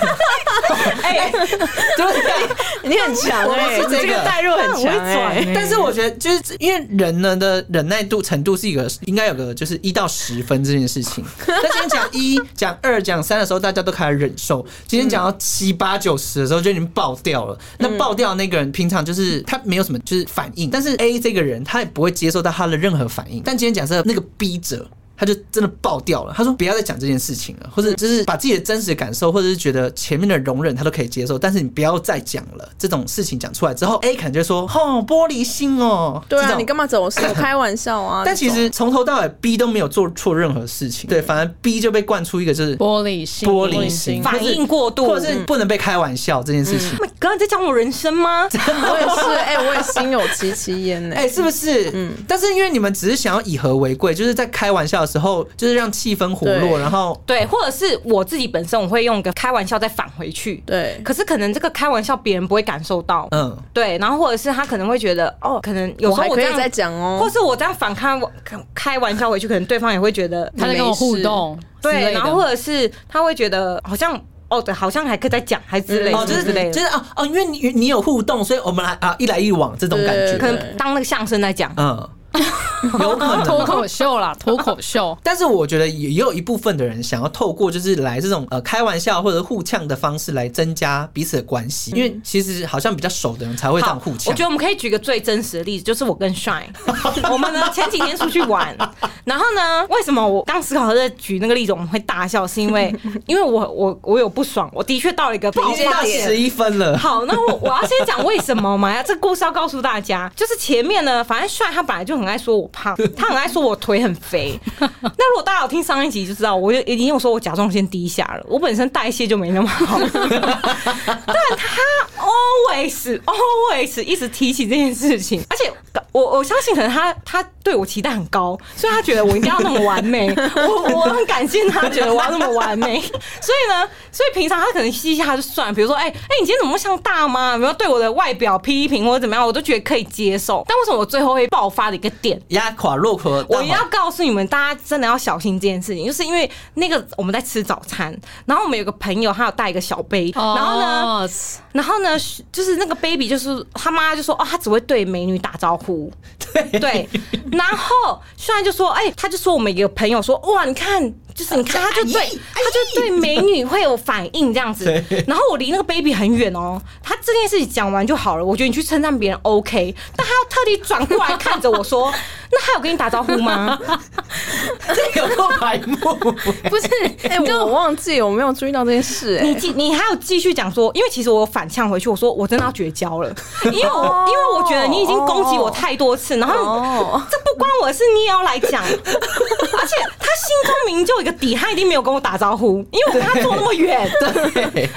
Speaker 5: 哎、对啊
Speaker 1: 你很强
Speaker 5: 我
Speaker 1: 哎、
Speaker 5: 是这个
Speaker 1: 你代入很强哎、
Speaker 5: 但是我觉得，就是因为人呢的忍耐度程度是一个应该有个就是一到十分这件事情。但今天讲一、讲二、讲三的时候，大家都开始忍受；今天讲到七八九十的时候，就已经爆掉了。那爆掉的那个人平常就是他没有什么就是反应，但是 A 这个人他也不会接受到他的任何反应。但今天假设那个 B 者。他就真的爆掉了。他说不要再讲这件事情了，或者就是把自己的真实感受，或者是觉得前面的容忍他都可以接受，但是你不要再讲了。这种事情讲出来之后，A 可能就说：“哦，玻璃心哦。”
Speaker 1: 对
Speaker 5: 这
Speaker 1: 啊，
Speaker 5: 种
Speaker 1: 你干嘛走 心？我开玩笑啊！
Speaker 5: 但其实从头到尾，B 都没有做错任何事情，对，反而 B 就被灌出一个就是
Speaker 3: 玻璃心，
Speaker 5: 玻璃心，
Speaker 4: 反应过度，
Speaker 5: 或者是不能被开玩笑这件事情。
Speaker 4: Oh my God，你在讲我人生吗？
Speaker 1: 我 也是，哎、我也心有戚戚焉呢、
Speaker 5: 哎、是不是？嗯，但是因为你们只是想要以和为贵，就是在开玩笑的时候，就是让气氛活络，
Speaker 1: 对
Speaker 5: 然后
Speaker 4: 对，或者是我自己本身我会用个开玩笑再返回去。
Speaker 1: 对，
Speaker 4: 可是可能这个开玩笑别人不会感受到，
Speaker 5: 嗯，
Speaker 4: 对，然后或者是他可能会觉得哦，可能有
Speaker 1: 我
Speaker 4: 时候
Speaker 1: 还
Speaker 4: 我
Speaker 1: 可
Speaker 4: 这
Speaker 1: 以
Speaker 4: 样
Speaker 1: 再讲哦、
Speaker 4: 或是我这样反开我开玩笑回去，可能对方也会觉得
Speaker 3: 他在跟我互动之类的，
Speaker 4: 对，然后或者是他会觉得好像哦，对，好像还可以再讲，还之类
Speaker 5: 哦，
Speaker 4: 的
Speaker 5: 就是
Speaker 4: 之类的，
Speaker 5: 就是哦哦，因为你你有互动，所以我们来啊一来一往这种感觉，
Speaker 1: 对
Speaker 4: 可能当那个相声在讲。
Speaker 5: 嗯，有 可
Speaker 3: 脱
Speaker 5: 能。。
Speaker 3: 口秀啦，脱口秀
Speaker 5: 但是我觉得也也有一部分的人想要透过就是来这种呃开玩笑或者互呛的方式来增加彼此的关系，因为其实好像比较熟的人才会这样
Speaker 4: 好
Speaker 5: 互，
Speaker 4: 我
Speaker 5: 呛
Speaker 4: 觉。得我们可以举个最真实的例子，就是我跟 Shine，我 们呢前几天出去 玩，然后呢，为什么我刚思考在举那个例子我们会大笑，是因为因为我我我有不爽，我的确到了一个爆
Speaker 5: 已经
Speaker 4: 发
Speaker 5: 到
Speaker 4: 点
Speaker 5: 十，一分了，
Speaker 4: 好，那我我要先讲为什么嘛？这个故事要告诉大家，就是前面呢，反正帅他本来就很爱说我胖，他很爱说我腿很肥。那如果大家有听上一集就知道，我就已经有说我甲状腺低下了，我本身代谢就没那么好，但他 always always 一直提起这件事情， 而且我我相信可能他他对我期待很高，所以他觉得我应该要那么完 美。我我很感谢他觉得我要那么完 美，所以呢，所以平常他可能嘻嘻哈就算了，比如说哎哎、你今天怎么像大妈？有没有对我的外表批评或者怎么样，我都觉得可以接受。但为什么我最后会爆发的一个点？
Speaker 5: 压垮骆驼的大马。
Speaker 4: 我要 告诉你们，大家真的要小心这件事情，就是因为那个我们在吃早餐，然后我们有个朋友他有带一个小杯，然后呢，
Speaker 3: 哦，
Speaker 4: 然后呢，就是那个 baby，就是他妈就说，哦，他只会对美女打招呼，对然后虽然就说，哎、他就说我们有朋友说，哇，你看，就是你看，他就对，他就对美女会有反应这样子
Speaker 5: 对。
Speaker 4: 然后我离那个 baby 很远哦，他这件事情讲完就好了。我觉得你去称赞别人 OK，但他要特地转过来看着我说， 那他有跟你打招呼吗？
Speaker 5: 这个够白目，
Speaker 3: 不是，
Speaker 1: 哎、我忘记我没有注意到这件事、
Speaker 4: 你
Speaker 1: 哎，
Speaker 4: 继你还有继续讲说，因为其实我反呛回去，我说我真的要绝交 了，因为我、因为我觉得你已经攻击我太多次，然后、
Speaker 1: 哦
Speaker 4: 这不关我的事，你也要来讲，而且他心中明明就有一个底，他一定没有跟我打招呼，因为我跟他坐那么远。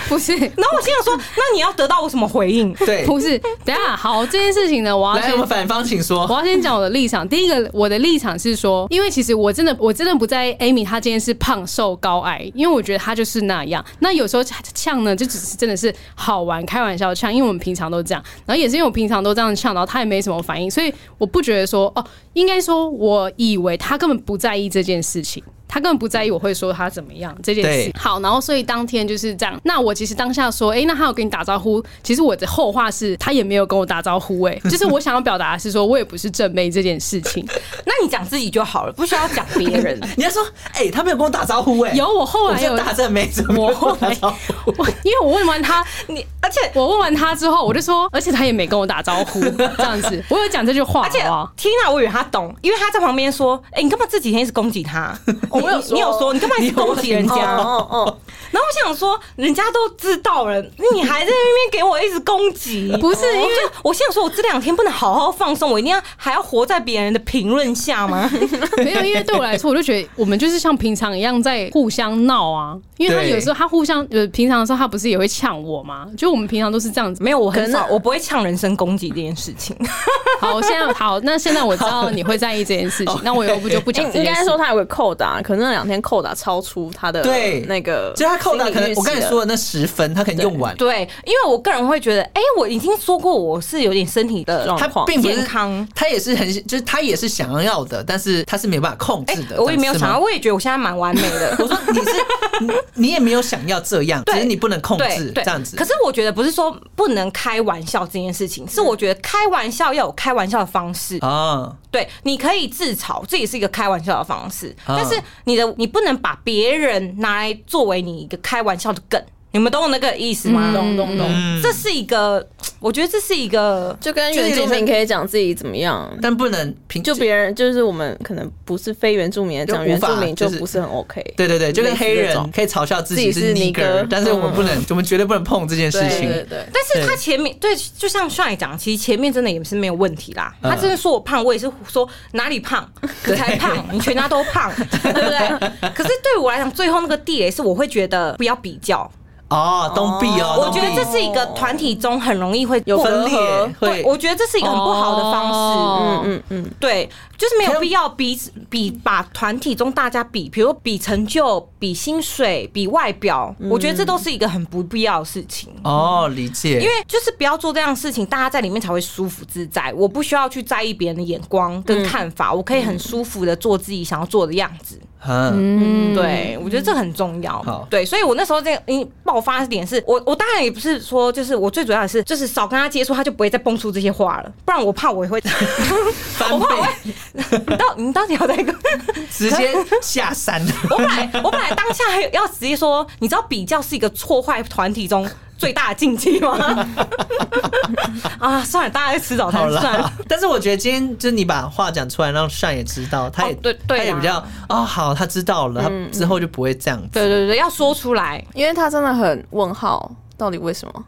Speaker 3: 不是，
Speaker 4: 然后我心想说，那你要得到我什么回应？
Speaker 5: 对。
Speaker 3: 不是。等一下，好，这件事情呢，我要
Speaker 5: 来，我
Speaker 3: 先
Speaker 5: 们反方请
Speaker 3: 我
Speaker 5: 说。
Speaker 3: 要先讲我的立场。第一个，我的立场是说，因为其实我真的我真的不在 Amy 她今天是胖瘦高矮，因为我觉得她就是那样。那有时候呛呢，就只是真的是好玩开玩笑呛，因为我们平常都这样，然后也是因为我平常都这样呛，然后她也没什么反应，所以我不觉得说哦，应该说我以为她根本不在意这件事情。她根本不在意我会说她怎么样这件事
Speaker 5: 对，
Speaker 3: 好，然后所以当天就是这样。那我其实当下说，哎、那他有跟你打招呼？其实我的后话是，他也没有跟我打招呼、诶，哎，就是我想要表达的是说，我也不是正妹这件事情。
Speaker 4: 那你讲自己就好了，不需要讲别 人。
Speaker 5: 你要说，哎、他没有跟我打招呼、哎，
Speaker 3: 有，我后
Speaker 5: 我
Speaker 3: 来有
Speaker 5: 是，大正妹怎么没有跟我打招呼？
Speaker 3: 我因为我问完他，
Speaker 4: 你而且
Speaker 3: 我问完他之后，我就说，而且他也没跟我打招呼，这样子，我有
Speaker 1: 哦
Speaker 3: 讲这句话，
Speaker 4: 而且
Speaker 3: 好不好？
Speaker 4: Tina，我以为他懂，因为他在旁边说：“哎、你干嘛这几天一直攻击他？我
Speaker 1: 哦我有
Speaker 4: 你有
Speaker 1: 说
Speaker 4: 说，你干嘛一直攻击人家？
Speaker 1: 哦哦，
Speaker 4: 然后我想说，人家都知道了，你还在那边给我一直攻击，
Speaker 3: 不是
Speaker 4: 因为我想说，我这两天不能好好放松，我一定要还要活在别人的评论下吗？
Speaker 3: 没有，因为对我来说，我就觉得我们就是像平常一样在互相闹啊。因为他
Speaker 5: 对
Speaker 3: 有时候他互相呃，平常的时候他不是也会呛我吗？就我们平常都是这样子。
Speaker 4: 没有，我很
Speaker 1: 可
Speaker 4: 少，
Speaker 1: 能
Speaker 4: 我不会呛人身攻击这件事情。
Speaker 3: 好，现在好，那现在我知道你会在意这件事情，那我以后不就不讲
Speaker 1: 应
Speaker 3: 这
Speaker 1: 应
Speaker 3: 件
Speaker 1: 该
Speaker 3: 事
Speaker 1: 说。他有个扣打，可能那两天扣打超出他的
Speaker 5: 对
Speaker 1: 那个，
Speaker 5: 就他扣打可能我刚才说，的那十分，他可能用完，
Speaker 4: 对，因为我个人会觉得，哎、我已经说过我是有点身体的
Speaker 1: 状
Speaker 5: 他并不
Speaker 4: 健
Speaker 5: 是
Speaker 4: 康。
Speaker 5: 他也是很就是他也是想要的，但是他是没有办法控
Speaker 4: 哎、
Speaker 5: 制的。
Speaker 4: 我也没有
Speaker 5: 这样
Speaker 4: 想
Speaker 5: 是
Speaker 4: 到，
Speaker 5: 吗
Speaker 4: 我也觉得我现在蛮完美的。我说
Speaker 5: 你是你你也没有想要这样，只
Speaker 4: 对
Speaker 5: 是你不能控
Speaker 4: 对
Speaker 5: 制
Speaker 4: 对，
Speaker 5: 这样子。
Speaker 4: 可是我觉得不是说不能开玩笑这件事情，是我觉得开玩笑要有开玩笑的方式。
Speaker 5: 啊，
Speaker 4: 对，你可以自嘲，这也是一个开玩笑的方式。
Speaker 5: 啊
Speaker 4: 但是你的你不能把别人拿来作为你一个开玩笑的梗，你们懂我那个意思吗？
Speaker 1: 懂懂懂，
Speaker 5: 嗯
Speaker 4: 这是一个，我觉得这是一个
Speaker 1: 就跟
Speaker 5: 就是
Speaker 1: 原
Speaker 5: 有点
Speaker 1: 住民
Speaker 5: 像
Speaker 1: 可以讲自己怎么样，
Speaker 5: 但不能凭
Speaker 1: 就别人就是我们可能不是非原住民的讲
Speaker 5: 就无
Speaker 1: 原
Speaker 5: 法
Speaker 1: 住民就
Speaker 5: 就是
Speaker 1: 不是很 OK，
Speaker 5: 对对对，就跟
Speaker 1: 类似
Speaker 5: 黑
Speaker 1: 这种
Speaker 5: 人可以嘲笑自己
Speaker 1: 自己
Speaker 5: 是
Speaker 1: 是 nigger
Speaker 5: nigger，但是我
Speaker 4: 嗯
Speaker 5: 们不能，我们绝对不能碰这件事
Speaker 1: 对对
Speaker 5: 情。
Speaker 1: 对，
Speaker 4: 但是他
Speaker 5: 对
Speaker 4: 前面对，就像帅讲，其实前面真的也是没有问题啦。
Speaker 5: 嗯
Speaker 4: 他真的说我胖，我也是说哪里 胖，你才胖，你全家都胖，对不对？可是对我来讲，最后那个地雷是我会觉得不要比较，
Speaker 5: 哦，东壁哦，
Speaker 4: 我觉得
Speaker 5: don't be
Speaker 4: 这是一个团体中很容易会有
Speaker 5: 分裂
Speaker 4: 对，
Speaker 5: 会
Speaker 4: 我觉得这是一个很不好的方式。
Speaker 3: 哦
Speaker 1: 嗯嗯嗯，
Speaker 4: 对，就是没
Speaker 5: 可
Speaker 4: 有
Speaker 5: 是
Speaker 4: 必要比比把团体中大家比，比如比成就、比薪水、比外表，
Speaker 5: 嗯
Speaker 4: 我觉得这都是一个很不必要的事情。
Speaker 5: 哦，理解，
Speaker 4: 因为就是不要做这样的事情，大家在里面才会舒服自在。我不需要去在意别人的眼光跟看法，我可以很舒服的做自己想要做的样子。
Speaker 5: 嗯，
Speaker 3: 嗯，
Speaker 4: 对，我觉得这很重要
Speaker 5: 好。
Speaker 4: 对，所以我那时候这个嗯爆发点是我，我当然也不是说，就是我最主要的是，就是少跟他接触，他就不会再蹦出这些话了。不然我怕我也会， 我
Speaker 5: 翻
Speaker 4: 怕我
Speaker 5: 倍
Speaker 4: 会， 你到你到底要在一个，
Speaker 5: 直接下山。
Speaker 4: 我本来我本来当下还有要直接说，你知道比较是一个破坏团体中最大的禁忌吗？ 啊，算了，大家去吃 早
Speaker 5: 好
Speaker 4: 餐算了
Speaker 5: 啦。，但是我觉得今天就是你把话讲出来，让善也知道，他也、
Speaker 4: 哦对对啊
Speaker 5: 他也比较哦好，他知道了，
Speaker 1: 嗯
Speaker 5: 他之后就不会这样子。
Speaker 4: 对对对，要说出来
Speaker 6: 因为他真的很问号，到底为什么？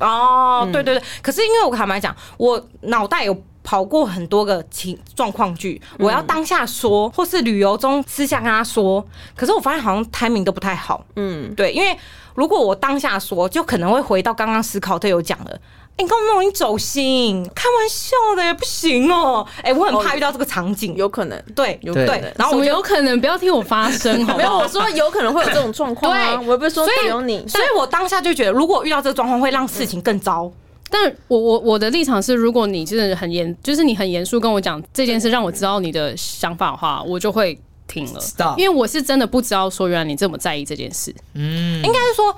Speaker 4: 哦。对对对，可是因为我坦白讲，我脑袋有跑过很多个情状况剧，我要当下说，或是旅游中私下跟他说，可是我发现好像 timing 都不太好。嗯，对，因为如果我当下说，就可能会回到刚刚思考特有讲的。哎你跟我弄你走心，开玩笑的不行哦、哎、我很怕遇到这个场景。
Speaker 1: 有可能。
Speaker 4: 对
Speaker 1: 哦有
Speaker 5: 可能
Speaker 4: 对，然
Speaker 3: 怎
Speaker 4: 后我
Speaker 3: 么
Speaker 4: 就
Speaker 3: 有可能？不要替我发 声，好
Speaker 1: 没
Speaker 3: 不
Speaker 1: 有，
Speaker 3: 好？
Speaker 1: 我哦说有可能会有这种状况啊，
Speaker 4: 对
Speaker 1: 我又不是说
Speaker 4: 所
Speaker 1: 只
Speaker 4: 以
Speaker 1: 有你，
Speaker 4: 所以我当下就觉得，如果遇到这个状况，会让事情更糟。
Speaker 3: 但我我我的立场是，如果你是很严，就是你很严肃跟我讲这件事，让我知道你的想法的话，我就会停了
Speaker 5: Stop
Speaker 3: 因为我是真的不知道说原来你这么在意这件事。
Speaker 5: 嗯，
Speaker 4: 应该是说。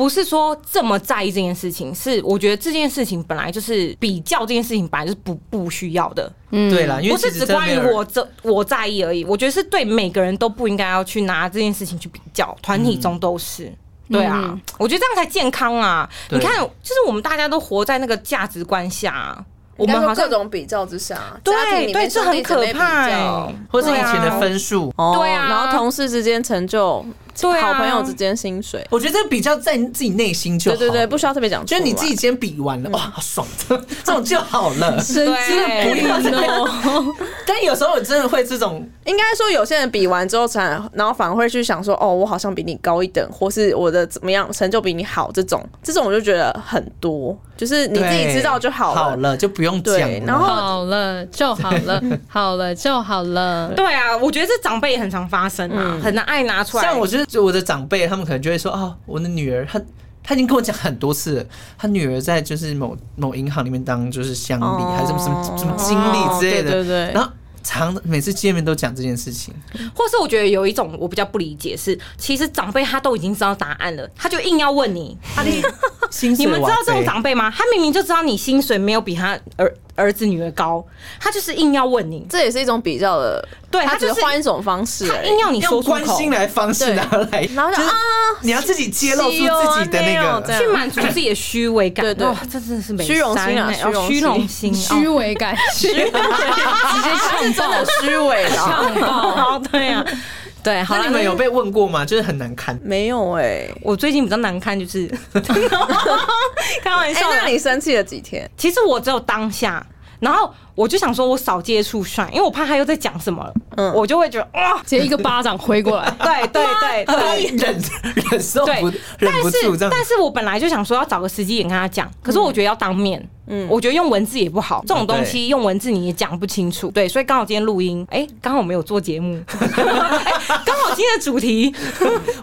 Speaker 4: 不是说这么在意这件事情，是我觉得这件事情本来就是比较这件事情本来就是不不需要的，
Speaker 3: 嗯
Speaker 5: 嗯对啦，因为
Speaker 4: 不是
Speaker 5: 其
Speaker 4: 只
Speaker 5: 实真的
Speaker 4: 关
Speaker 5: 没
Speaker 4: 于
Speaker 5: 有人
Speaker 4: 我这我在意而已。我觉得是对每个人都不应该要去拿这件事情去比较，团体中都是。对啊，
Speaker 6: 嗯
Speaker 4: 我觉得这样才健康啊！
Speaker 5: 嗯对
Speaker 4: 你看，就是我们大家都活在那个价值观下、我
Speaker 6: 应该
Speaker 4: 们
Speaker 6: 说
Speaker 4: 好像
Speaker 6: 各种比较之下，家庭
Speaker 4: 对
Speaker 6: 里
Speaker 4: 对，
Speaker 6: 面
Speaker 4: 这
Speaker 6: 兄弟
Speaker 4: 很
Speaker 6: 姐
Speaker 4: 可
Speaker 6: 妹比
Speaker 4: 怕、
Speaker 6: 较
Speaker 4: 欸。。
Speaker 5: 或是以
Speaker 4: 对啊
Speaker 5: 前的分数。
Speaker 1: 哦
Speaker 4: 对啊
Speaker 1: 然后同事之间成就，
Speaker 4: 对啊
Speaker 1: 好朋友之间薪水，
Speaker 5: 我觉得这比较在自己内心就
Speaker 1: 对
Speaker 5: 好，
Speaker 1: 对对，不需要特别讲出
Speaker 5: 就
Speaker 1: 来，嗯
Speaker 5: 是你自己先比完了，哇，好爽， 这种就好 了。
Speaker 3: 神经
Speaker 4: 对
Speaker 3: 病 哦！
Speaker 5: 但有时候我真的会这种，
Speaker 1: 应该说，有些人比完之后才，然后反而会去想说，哦，我好像比你高一等，或是我的怎么样成就比你好，这种这种我就觉得很多，就是你自己
Speaker 5: 对
Speaker 1: 知道就好了。
Speaker 5: 好了就不用讲
Speaker 1: 对
Speaker 5: 了。
Speaker 1: 然后
Speaker 3: 好了就好了，好了就好了。
Speaker 4: 对啊，我觉得这长辈也很常发生啊，
Speaker 5: 嗯
Speaker 4: 很难爱拿出来。
Speaker 5: 像我就是我的长辈，他们可能就会说啊，我的女儿她。她已经跟我讲很多次了，她女儿在就是某某银行里面当就是乡里、
Speaker 1: 哦
Speaker 5: 还是什么什么什么经理之类的，
Speaker 1: 哦对对对
Speaker 5: 然后常每次见面都讲这件事情，
Speaker 4: 或是我觉得有一种我比较不理解是，其实长辈他都已经知道答案了，他就硬要问你，他就
Speaker 5: 薪水
Speaker 4: 你们知道
Speaker 5: 哇塞
Speaker 4: 这种长辈吗？他明明就知道你薪水没有比他儿儿子女儿高，他就是硬要问你，
Speaker 6: 这也是一种比较的，
Speaker 4: 对
Speaker 6: 他
Speaker 4: 他
Speaker 6: 只
Speaker 4: 就是是
Speaker 6: 换一种方式
Speaker 4: 他
Speaker 1: 欸
Speaker 6: 而已
Speaker 4: 硬。要你说
Speaker 5: 用
Speaker 4: 出
Speaker 5: 关
Speaker 4: 口
Speaker 5: 心。啊来方式
Speaker 6: 对
Speaker 5: 然后来，
Speaker 6: 然后就
Speaker 5: 就是
Speaker 6: 啊，
Speaker 5: 你要自己揭露出自己的那
Speaker 1: 是哦
Speaker 5: 个，
Speaker 1: 那样
Speaker 4: 去满足自己的虚伪感，
Speaker 6: 对对
Speaker 4: 哇这真的是美
Speaker 6: 虚荣
Speaker 4: 山
Speaker 6: 心啊
Speaker 4: 欸哦
Speaker 6: 虚
Speaker 4: 虚
Speaker 6: 荣
Speaker 4: 荣心，
Speaker 3: 虚
Speaker 4: 哦
Speaker 3: 伪感，直接
Speaker 6: 他是真
Speaker 3: 呛 爆
Speaker 6: 的虚伪了。
Speaker 3: 呛爆。
Speaker 4: 哦，对啊，对，好
Speaker 5: 那
Speaker 4: 了，
Speaker 5: 你们有被问过吗？就是很难堪。
Speaker 1: 没有哎、
Speaker 4: 我最近比较难看，就是 开玩
Speaker 1: 哎、
Speaker 4: 笑啦。
Speaker 1: 那你生气了几天？
Speaker 4: 其实我只有当下，然后我就想说，我少接触算，因为我怕他又在讲什么了，
Speaker 1: 嗯
Speaker 4: 我就会觉得 哇，。
Speaker 3: 直接一个巴掌挥过来
Speaker 4: 对对对 对。
Speaker 5: 忍忍受
Speaker 4: 对
Speaker 5: 不，忍
Speaker 4: 但
Speaker 5: 不住这
Speaker 4: 是
Speaker 5: 样
Speaker 4: 但。是我本来就想说要找个时机点跟他讲，可是我觉得要当面，嗯，我觉得用文字也不好，这
Speaker 5: 哦
Speaker 4: 种东西用文字你也讲不清楚，对，所以刚好今天录音，哎，刚好我们有做 节目，哎刚好今天的主题，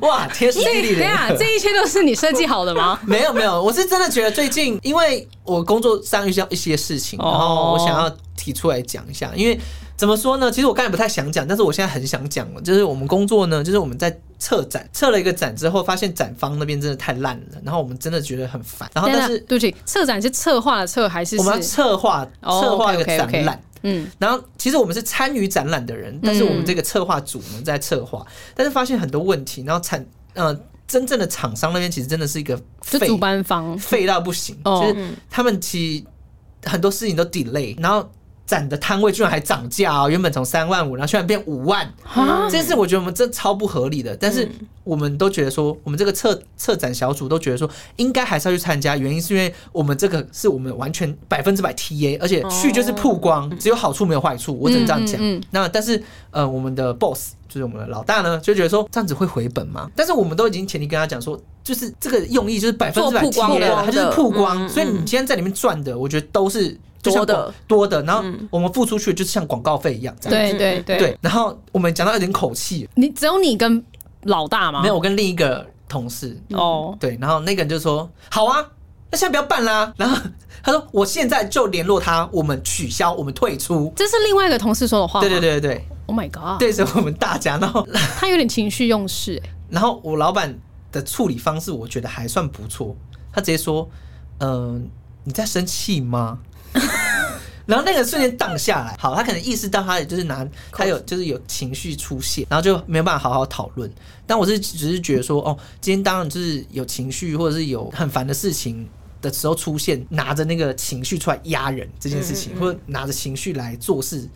Speaker 5: 哇，天时地利
Speaker 3: 对
Speaker 5: 人
Speaker 3: 啊，
Speaker 5: 和。
Speaker 3: 这一切都是你设计好的吗？
Speaker 5: 没有没有，我是真的觉得最近，因为我工作上遇到一些事
Speaker 3: 哦
Speaker 5: 情，然后我想要提出来讲一下，因为怎么说呢？其实我刚才不太想讲，但是我现在很想讲了。就是我们工作呢，就是我们在策展，策了一个展之后，发现展方那边真的太烂了，然后我们真的觉得很烦。然后啊但是
Speaker 3: 对不起，策展是策划的策还啊是
Speaker 5: 我们要
Speaker 3: 是
Speaker 5: 策划
Speaker 3: 哦
Speaker 5: 策划一个
Speaker 3: OK，OK，OK
Speaker 5: 展览，
Speaker 3: 嗯
Speaker 5: 然后其实我们是参与展览的人，但是我们这个策划组呢在策划，但是发现很多问题，然后产呃真正的厂商那边其实真的是一个
Speaker 3: 就
Speaker 5: 废
Speaker 3: 主办方
Speaker 5: 废到不行，
Speaker 3: 哦
Speaker 5: 就是他们其实很多事情都 delay，然后。展的摊位居然还涨价哦，原本从三万五，然后居然变五万，
Speaker 3: 啊
Speaker 5: 这？件事我觉得我们真的超不合理的。但是我们都觉得说，我们这个策策展小组都觉得说，应该还是要去参加，原因是因为我们这个是我们完全百分之百 TA，而且去就是曝光，只有好处没有坏处，我只能这样讲。
Speaker 3: 嗯嗯嗯嗯
Speaker 5: 那但是呃，我们的 boss 就是我们的老大呢，就觉得说这样子会回本吗？但是我们都已经前提跟他讲说，就是这个用意就是百分之百
Speaker 1: 做曝光
Speaker 5: TA
Speaker 1: 的
Speaker 5: 了，他就是曝光，
Speaker 1: 嗯嗯
Speaker 5: 所以你今天在里面赚的，我觉得都是就像
Speaker 1: 多的嗯
Speaker 5: 广多的，然后我们付出去就像广告费一样，这样
Speaker 3: 对对对，
Speaker 5: 对。然后我们讲到有点口气，
Speaker 3: 你只有你跟老大
Speaker 1: 嗯
Speaker 3: 吗？
Speaker 5: 没有，我跟另一个同事，
Speaker 3: 哦，
Speaker 5: 对，然后那个人就说：“好啊，那现在不要办啦。”然后他说：“我现在就联络他，我们取消，我们退出。
Speaker 3: 这是另外一个同事说的”话。
Speaker 5: 对对对对对，
Speaker 3: ，Oh my god，
Speaker 5: 对着我们大家，然后
Speaker 3: 他有点情绪用事，哎
Speaker 5: 然后我老板的处理方式我觉得还算不错，他直接说：“嗯、你在生气吗？”然后那个瞬间荡下来，好，他可能意识到他也就是拿他有就是有情绪出现，然后就没有办法好好讨论。但我是只是觉得说，哦，今天当然就是有情绪或者是有很烦的事情的时候出现，拿着那个情绪出来压人这件事情，或者拿着情绪来做事，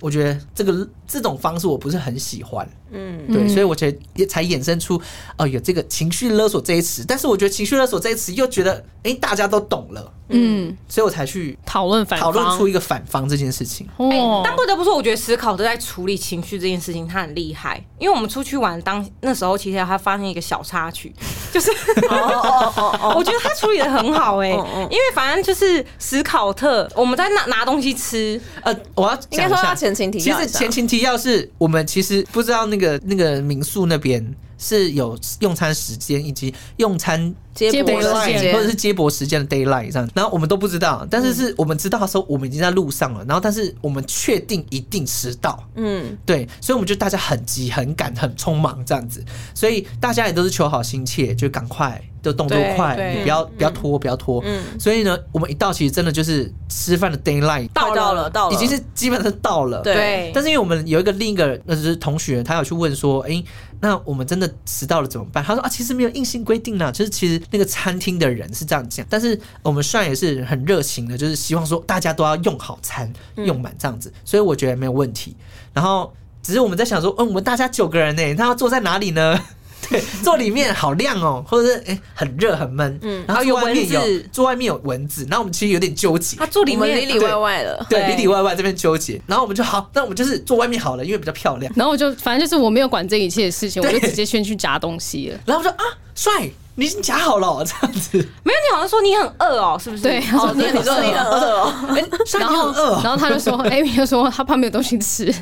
Speaker 5: 我觉得这个这种方式我不是很喜欢。
Speaker 1: 嗯，
Speaker 5: 对，
Speaker 3: 嗯
Speaker 5: 所以我觉得也才衍生出哦、有这个情绪勒索这一词，但是我觉得情绪勒索这一词又觉得哎、诶大家都懂了，
Speaker 3: 嗯，
Speaker 5: 所以我才去
Speaker 3: 讨论反
Speaker 5: 讨论
Speaker 3: 方
Speaker 5: 出一个反方这件事情。
Speaker 4: 哎、
Speaker 3: 哦，
Speaker 4: 但不得不说，我觉得思考都在处理情绪这件事情，他很厉害。因为我们出去玩当那时候，其实他发现一个小插曲，就是
Speaker 1: 哦哦哦，
Speaker 4: 我觉得他处理的很好哎、
Speaker 1: 哦哦
Speaker 4: 因为反正就是史考特，我们在拿拿东西吃，
Speaker 5: 呃，我要
Speaker 1: 应
Speaker 5: 讲一
Speaker 1: 该说
Speaker 5: 下
Speaker 1: 要前情提
Speaker 5: 其
Speaker 1: 要
Speaker 5: 实
Speaker 1: 一下
Speaker 5: 前情提要是我们其实不知道那个那个民宿那边是有用餐时间以及用餐
Speaker 1: 接
Speaker 3: 接
Speaker 1: 驳
Speaker 3: 驳
Speaker 1: 的
Speaker 3: 时
Speaker 1: 时
Speaker 3: 间
Speaker 1: 间
Speaker 5: 或者是接驳时间的 d a y l i g h t 这样，然后我们都不知道，但是是我们知道的时候，我们已经在路上了，然后但是我们确定一定迟到，
Speaker 1: 嗯，
Speaker 5: 对，所以我们就大家很急、很赶、很匆忙这样子，所以大家也都是求好心切，就赶快，就动作
Speaker 4: 对
Speaker 5: 快，
Speaker 4: 对
Speaker 5: 你不要、不
Speaker 1: 嗯
Speaker 5: 要拖，不要拖。所以呢，我们一到其实真的就是吃饭的 d a y l i g h t
Speaker 1: 到
Speaker 4: 到
Speaker 1: 了
Speaker 4: 了
Speaker 1: 到了，
Speaker 5: 已经是基本上到了。
Speaker 1: 对
Speaker 5: 但是因为我们有一个另一个那就是同学，他有去问说，诶，那我们真的迟到了怎么办？他说啊，其实没有硬性规定啦，就是其实那个餐厅的人是这样讲，但是我们帅也是很热情的，就是希望说大家都要用好餐，
Speaker 4: 嗯
Speaker 5: 用满这样子，所以我觉得没有问题。然后只是我们在想说，嗯，我们大家九个人呢、他要坐在哪里呢？ 对，坐里面好亮哦，或者是诶很热很闷，嗯，然后
Speaker 4: 啊有
Speaker 5: 坐外面
Speaker 4: 蚊
Speaker 5: 有
Speaker 4: 子
Speaker 5: 坐外面有蚊子，然后我们其实有点纠结，
Speaker 3: 啊
Speaker 4: 他坐啊里
Speaker 1: 我们
Speaker 4: 面
Speaker 1: 里里外外了，
Speaker 5: 对，
Speaker 4: 对
Speaker 5: 里里外外这边纠结，然后我们就好，那我们就是坐外面好了，因为比较漂亮。
Speaker 3: 然后我就反正就是我没有管这一切的事情，我
Speaker 5: 对
Speaker 3: 就直接先去夹东西了。
Speaker 5: 然后我说啊，帅，你已经夹好了哦、这样子，
Speaker 4: 没有，你好像说你很饿哦，是不是？
Speaker 3: 对，他说
Speaker 1: 哦，那你说你很饿哦，
Speaker 5: 哎、帅
Speaker 3: 然
Speaker 5: 你
Speaker 3: 后
Speaker 5: 很饿、，
Speaker 3: 然后
Speaker 5: 哦，
Speaker 3: 他就说，Amy 就说 他怕没有东西吃。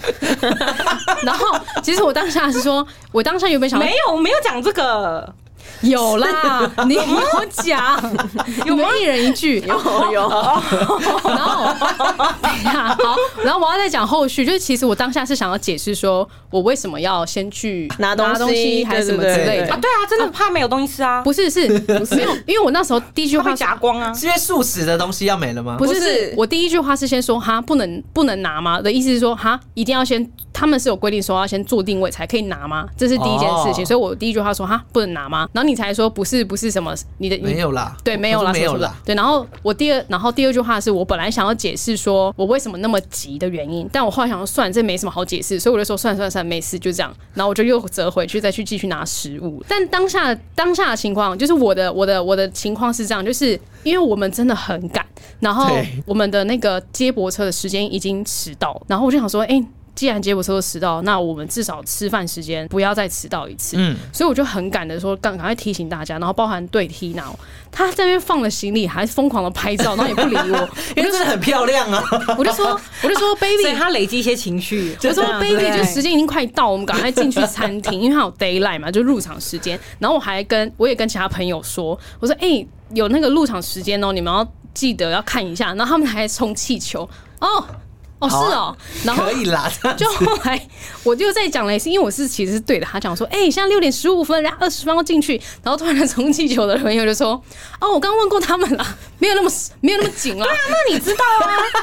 Speaker 3: 然后其实我当下是说，我当下有没有想
Speaker 4: 没有，我没有讲这个，
Speaker 3: 有有 啦，你有讲， 有没有一人一句？
Speaker 1: 哦有，
Speaker 3: 然后， 等一下，好，然后我要再讲后续，就是其实我当下是想要解释说我为什么要先去
Speaker 1: 拿东西
Speaker 3: 西还是什么之
Speaker 1: 对对
Speaker 3: 类
Speaker 1: 对
Speaker 4: 啊，
Speaker 3: 的。
Speaker 4: 对啊，真的怕没有东西吃啊，
Speaker 3: 不是，是 没有，因为我那时候第一句
Speaker 4: 他被
Speaker 3: 话
Speaker 4: 夹光啊。
Speaker 5: 是因为素食的东西要没了吗？
Speaker 3: 不是，
Speaker 1: 不是
Speaker 3: 是我第一句话是先说哈，不能不能拿吗？的意思是说哈，一定要先他们是有规定说要先做定位才可以拿吗？这是第一件事情，
Speaker 5: 哦
Speaker 3: 所以我第一句话说哈不能拿吗？然后你才说不是不是什么你的你
Speaker 5: 没有啦，
Speaker 3: 对，没有
Speaker 5: 我
Speaker 3: 啦，
Speaker 5: 说没有
Speaker 3: 什么什么
Speaker 5: 啦
Speaker 3: 的。对，然后我第二，然后第二句话是我本来想要解释说我为什么那么急的原因，但我后来想说算了这没什么好解释，所以我就说算了算了算了，没事，就这样。然后我就又折回去再去继续拿食物。但当下当下的情况就是我的我的我的情况是这样，就是因为我们真的很赶，然后
Speaker 5: 对
Speaker 3: 我们的那个接驳车的时间已经迟到，然后我就想说，哎、既然接驳车都迟到，那我们至少吃饭时间不要再迟到一次。
Speaker 5: 嗯，
Speaker 3: 所以我就很赶的说，赶赶快提醒大家，然后包含对 Tina，哦他在那边放了行李，还疯狂的拍照，然后也不理 我，
Speaker 5: 因为真的很漂亮啊。
Speaker 3: 我就说，我就说
Speaker 4: 所以
Speaker 3: baby。
Speaker 4: 他累积一些情绪。
Speaker 3: 我说
Speaker 4: 这样子
Speaker 3: baby，就
Speaker 4: 对
Speaker 3: 时间已经快到，我们赶快进去餐厅， 因为它有 d a y l i g h t 嘛，就入场时间。然后我还跟我也跟其他朋友说，我说哎、有那个入场时间哦，你们要记得要看一下。然后他们还充气球，哦哦是
Speaker 4: 啊
Speaker 3: 哦，然后
Speaker 5: 可以啦，
Speaker 3: 就后来我就再讲了一次，因为我是其实是对的，他讲说，哎、现在六点十五分，人家二十分要进去，然后突然充气球的朋友就说，哦，我刚问过他们啦，没有那么没有那么紧啦。对啊，那你知道啊？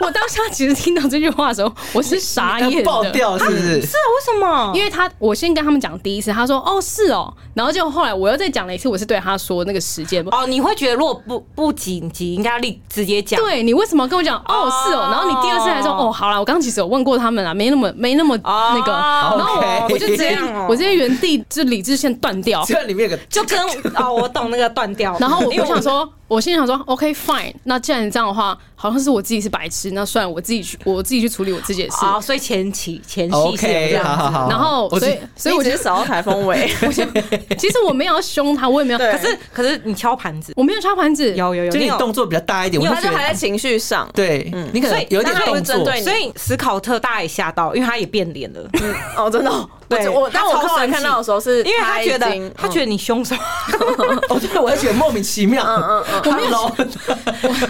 Speaker 3: 我当下其实听到这句话的时候，我是傻眼的，
Speaker 5: 爆掉是不是？
Speaker 4: 是啊，为什么？
Speaker 3: 因为他，我先跟他们讲第一次，他说哦是哦，然后就后来我又再讲了一次，我是对他说那个时间，
Speaker 4: 哦，你会觉得如果不不紧急，应该要立直接讲。
Speaker 3: 对你为什么跟我讲哦是哦，然后你第二次还说哦好了，我刚刚其实有问过他们啊，没那么没那么
Speaker 4: 哦
Speaker 3: 那个，然后
Speaker 5: OK
Speaker 3: 我我就直接我直接原地就理智线断掉，
Speaker 5: 这里面有个
Speaker 4: 就跟哦，我懂那个断掉。
Speaker 3: 然后我
Speaker 4: 因为
Speaker 3: 我想，说，我心里想说 OK fine，那既然这样的话，好像是我自己是白痴，那算了，我自己去我自己去处理我自己的事。
Speaker 4: 哦，所以前期前戏是有这
Speaker 5: 哦 OK，好好
Speaker 4: 样子。
Speaker 5: 好。
Speaker 3: 然后，
Speaker 5: 我
Speaker 3: 所以
Speaker 5: 是，
Speaker 3: 所以我
Speaker 1: 你
Speaker 3: 觉得
Speaker 1: 只是扫到台风 尾，
Speaker 3: 其实我没有要凶他，我也没有，
Speaker 1: 对
Speaker 3: 可
Speaker 4: 可
Speaker 3: 是
Speaker 4: 是可是你敲盘子，
Speaker 3: 我没有敲盘子，
Speaker 4: 有有有，
Speaker 5: 就
Speaker 4: 你
Speaker 5: 你
Speaker 4: 有
Speaker 5: 动作比较大一点，我
Speaker 1: 他
Speaker 5: 就
Speaker 1: 就
Speaker 5: 觉
Speaker 1: 还在
Speaker 5: 得
Speaker 1: 情绪上。
Speaker 5: 对，你可
Speaker 4: 所
Speaker 5: 能
Speaker 4: 以
Speaker 5: 有点
Speaker 1: 那他不是
Speaker 5: 动
Speaker 1: 针
Speaker 5: 作
Speaker 1: 对。你
Speaker 4: 所以史考特大家也吓到，因为他也变脸了，
Speaker 1: 哦，真的哦，我
Speaker 4: 对
Speaker 1: 我当
Speaker 4: 他
Speaker 1: 我
Speaker 4: 超
Speaker 1: 后来
Speaker 4: 生
Speaker 1: 看
Speaker 4: 气
Speaker 1: 到的时候是，
Speaker 4: 因为他觉
Speaker 1: 已经
Speaker 4: 得他觉得
Speaker 1: 嗯
Speaker 4: 你凶手，
Speaker 5: 哦，对， 我还觉得莫名其妙。嗯嗯 嗯，Hello，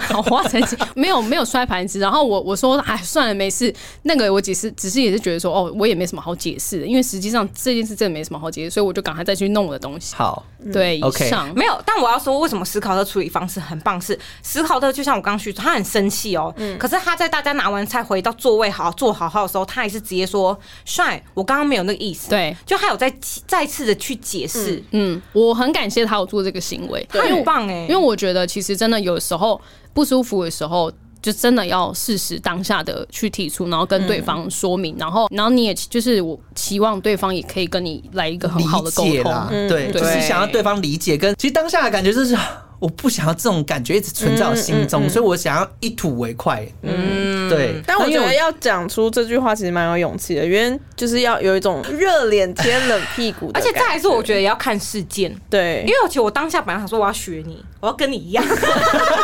Speaker 3: 好花成绩没有没有摔盘子，然后我我说哎算了没事，那个我解释只是也是觉得说哦我也没什么好解释的，因为实际上这件事真的没什么好解释，所以我就赶快再去弄我的东西。
Speaker 5: 好，
Speaker 3: 对，以
Speaker 5: OK
Speaker 3: 上
Speaker 4: 没有，但我要说，为什么史考特处理方式很棒是？史考特就像我刚刚叙述，他很生气哦，可是他在大家拿完菜回到座位好坐好好的时候，他还是直接说：“帅，我刚刚没有那个意思。”，
Speaker 3: 对，
Speaker 4: 就他有再再次的去解释，
Speaker 3: 嗯，我很感谢他有做这个行为，
Speaker 4: 他很棒哎、
Speaker 3: 因为我觉得其实真的有时候不舒服的时候。就真的要适时当下的去提出，然后跟对方说
Speaker 5: 嗯
Speaker 3: 明，然后，然后你也就是我期望对方也可以跟你来一个很好的沟
Speaker 5: 理解
Speaker 3: 通，
Speaker 5: 啦，对，
Speaker 3: 对
Speaker 5: 就是想要对方理解，跟其实当下的感觉就是。 我不想要这种感觉一直存在我心中，所以我想要一吐为快。嗯，对。
Speaker 1: 但我
Speaker 5: 那因
Speaker 1: 觉
Speaker 5: 为
Speaker 1: 得要讲出这句话其实蛮有勇气的，因为就是要有一种热脸贴冷屁股的
Speaker 4: 而
Speaker 1: 感觉，
Speaker 4: 且再来是我觉得也要看事件，
Speaker 1: 对，
Speaker 4: 因
Speaker 1: 因
Speaker 4: 为其实我当下本来想说我要学你，我要跟你一样，
Speaker 1: 为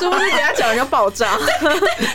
Speaker 1: 是不是等一下讲完就爆炸？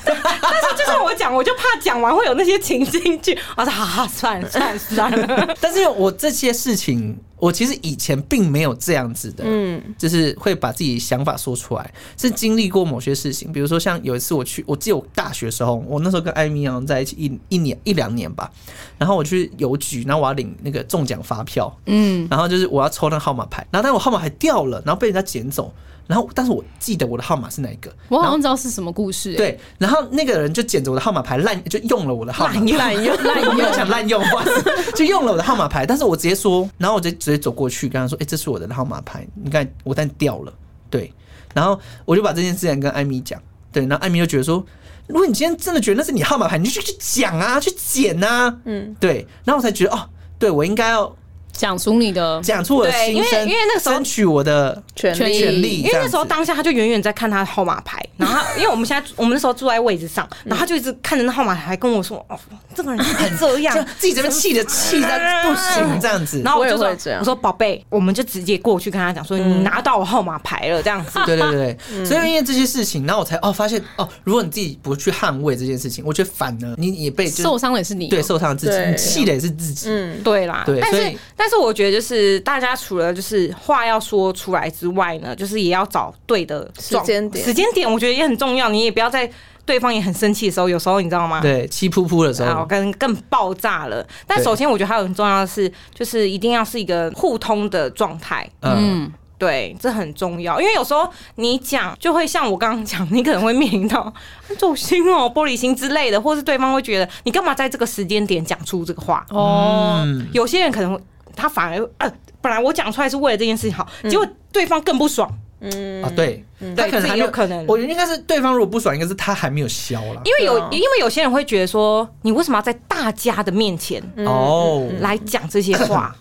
Speaker 4: 但是就像我讲，我就怕讲完会有那些情境剧， 我说好好算了算了算 了，
Speaker 5: 但是我这些事情，我其实以前并没有这样子的，嗯，就是会把自己想法说出来，是经历过某些事情，比如说像有一次我去，我记得我大学时候，我那时候跟艾米好像在一起一一年一两年吧，然后我去邮局，然后我要领那个中奖发票，嗯，然后就是我要抽那个号码牌，然后但我号码牌掉了，然后被人家捡走。然后，但是我记得我的号码是哪一个？
Speaker 3: 我好
Speaker 5: 然后
Speaker 3: 像知道是什么故事、欸，
Speaker 5: 对，然后那个人就捡着我的号码牌，滥就用了我的号码牌，
Speaker 1: 滥用 滥
Speaker 5: 我没有想滥用， 不好意思，就用了我的号码牌，但是我直接说，然后我就直接走过去跟他说：“哎、这是我的号码牌，你看我但掉了。”对，然后我就把这件事情跟艾米讲，对，然后艾米就觉得说。如果你今天真的觉得那是你号码牌，你就去去讲啊， 去捡啊，嗯，对，然后我才觉得哦，对我应该要
Speaker 3: 讲出你的
Speaker 5: 讲出我的
Speaker 4: 对
Speaker 5: 心
Speaker 4: 因为
Speaker 5: 声，
Speaker 4: 因为那个时候
Speaker 5: 争取我的
Speaker 1: 权
Speaker 3: 权
Speaker 1: 力
Speaker 3: 力
Speaker 5: 权利，
Speaker 4: 因为那时候
Speaker 5: 这样
Speaker 4: 当下他就远远在看他的号码牌，然后他因为我们现在我们那时候坐在位置上，
Speaker 1: 嗯
Speaker 4: 然后他就一直看着那号码牌跟我说：“哦，这个人怎么这 样
Speaker 5: 子就自己这边气的气到不
Speaker 4: 嗯
Speaker 5: 行，这样子，
Speaker 4: 然后我就
Speaker 1: 我
Speaker 4: 说
Speaker 1: 也会这：“样
Speaker 4: 我说宝贝，我们就直接过去跟他讲说，你拿到我号码牌了，这样 子。
Speaker 5: 对对对，
Speaker 4: 嗯
Speaker 5: 对，所以因为这些事情，然后我才哦发现哦，如果你自己不去捍卫这件事情，我觉得反而你也被就是
Speaker 3: 受伤的是你，哦
Speaker 5: 对受伤的自己，
Speaker 1: 对
Speaker 5: 你气的也是自己。
Speaker 1: 嗯”，
Speaker 4: 对啦，
Speaker 5: 对
Speaker 4: 但
Speaker 5: 所
Speaker 4: 是
Speaker 5: 以
Speaker 4: 但是我觉得就是大家除了就是话要说出来之外呢，就是也要找对的状
Speaker 1: 时间点
Speaker 4: 时间点我觉得也很重要。你也不要在对方也很生气的时候，有时候你知道吗？
Speaker 5: 对，气噗噗的时
Speaker 4: 啊，
Speaker 5: 候，
Speaker 4: 跟更爆炸了。但
Speaker 5: 对
Speaker 4: 首先，我觉得还有很重要的是，就是一定要是一个互通的状态。
Speaker 5: 嗯，
Speaker 3: 嗯，
Speaker 4: 对，这很重要，因为有时候你讲就会像我刚刚讲，你可能会面临到很走心哦、玻璃心之类的，或是对方会觉得你干嘛在这个时间点讲出这个话？
Speaker 3: 哦，
Speaker 5: 嗯，
Speaker 4: 有些人可能会他反而呃，本来我讲出来是为了这件事情好，结果对方更不爽，
Speaker 5: 啊，对，他
Speaker 4: 嗯对
Speaker 5: 可
Speaker 4: 自
Speaker 5: 能
Speaker 4: 己
Speaker 5: 还没
Speaker 4: 有可能
Speaker 5: 我觉得应该是对方如果不爽，应该是他还没有消了。
Speaker 4: 因为有、
Speaker 1: 对啊
Speaker 4: 因为有些人会觉得说，你为什么要在大家的面前
Speaker 5: 哦，
Speaker 4: 来讲这 些话？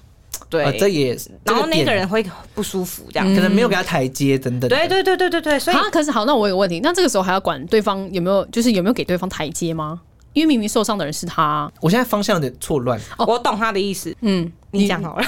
Speaker 4: 对，
Speaker 5: 呃这也是，
Speaker 4: 然后
Speaker 5: 这
Speaker 4: 那个
Speaker 5: 点嗯
Speaker 4: 人会不舒服，这样。
Speaker 5: 可能没有给他台阶等等。
Speaker 4: 对，对对对对对，所以
Speaker 3: 啊，可是好，那我有个问题，那这个时候还要管对方有没有，就是有没有给对方台阶吗？因为明明受伤的人是他啊、
Speaker 5: 我现在方向有点错乱，
Speaker 4: 我懂他的意思。
Speaker 3: 嗯，
Speaker 4: 你讲好了，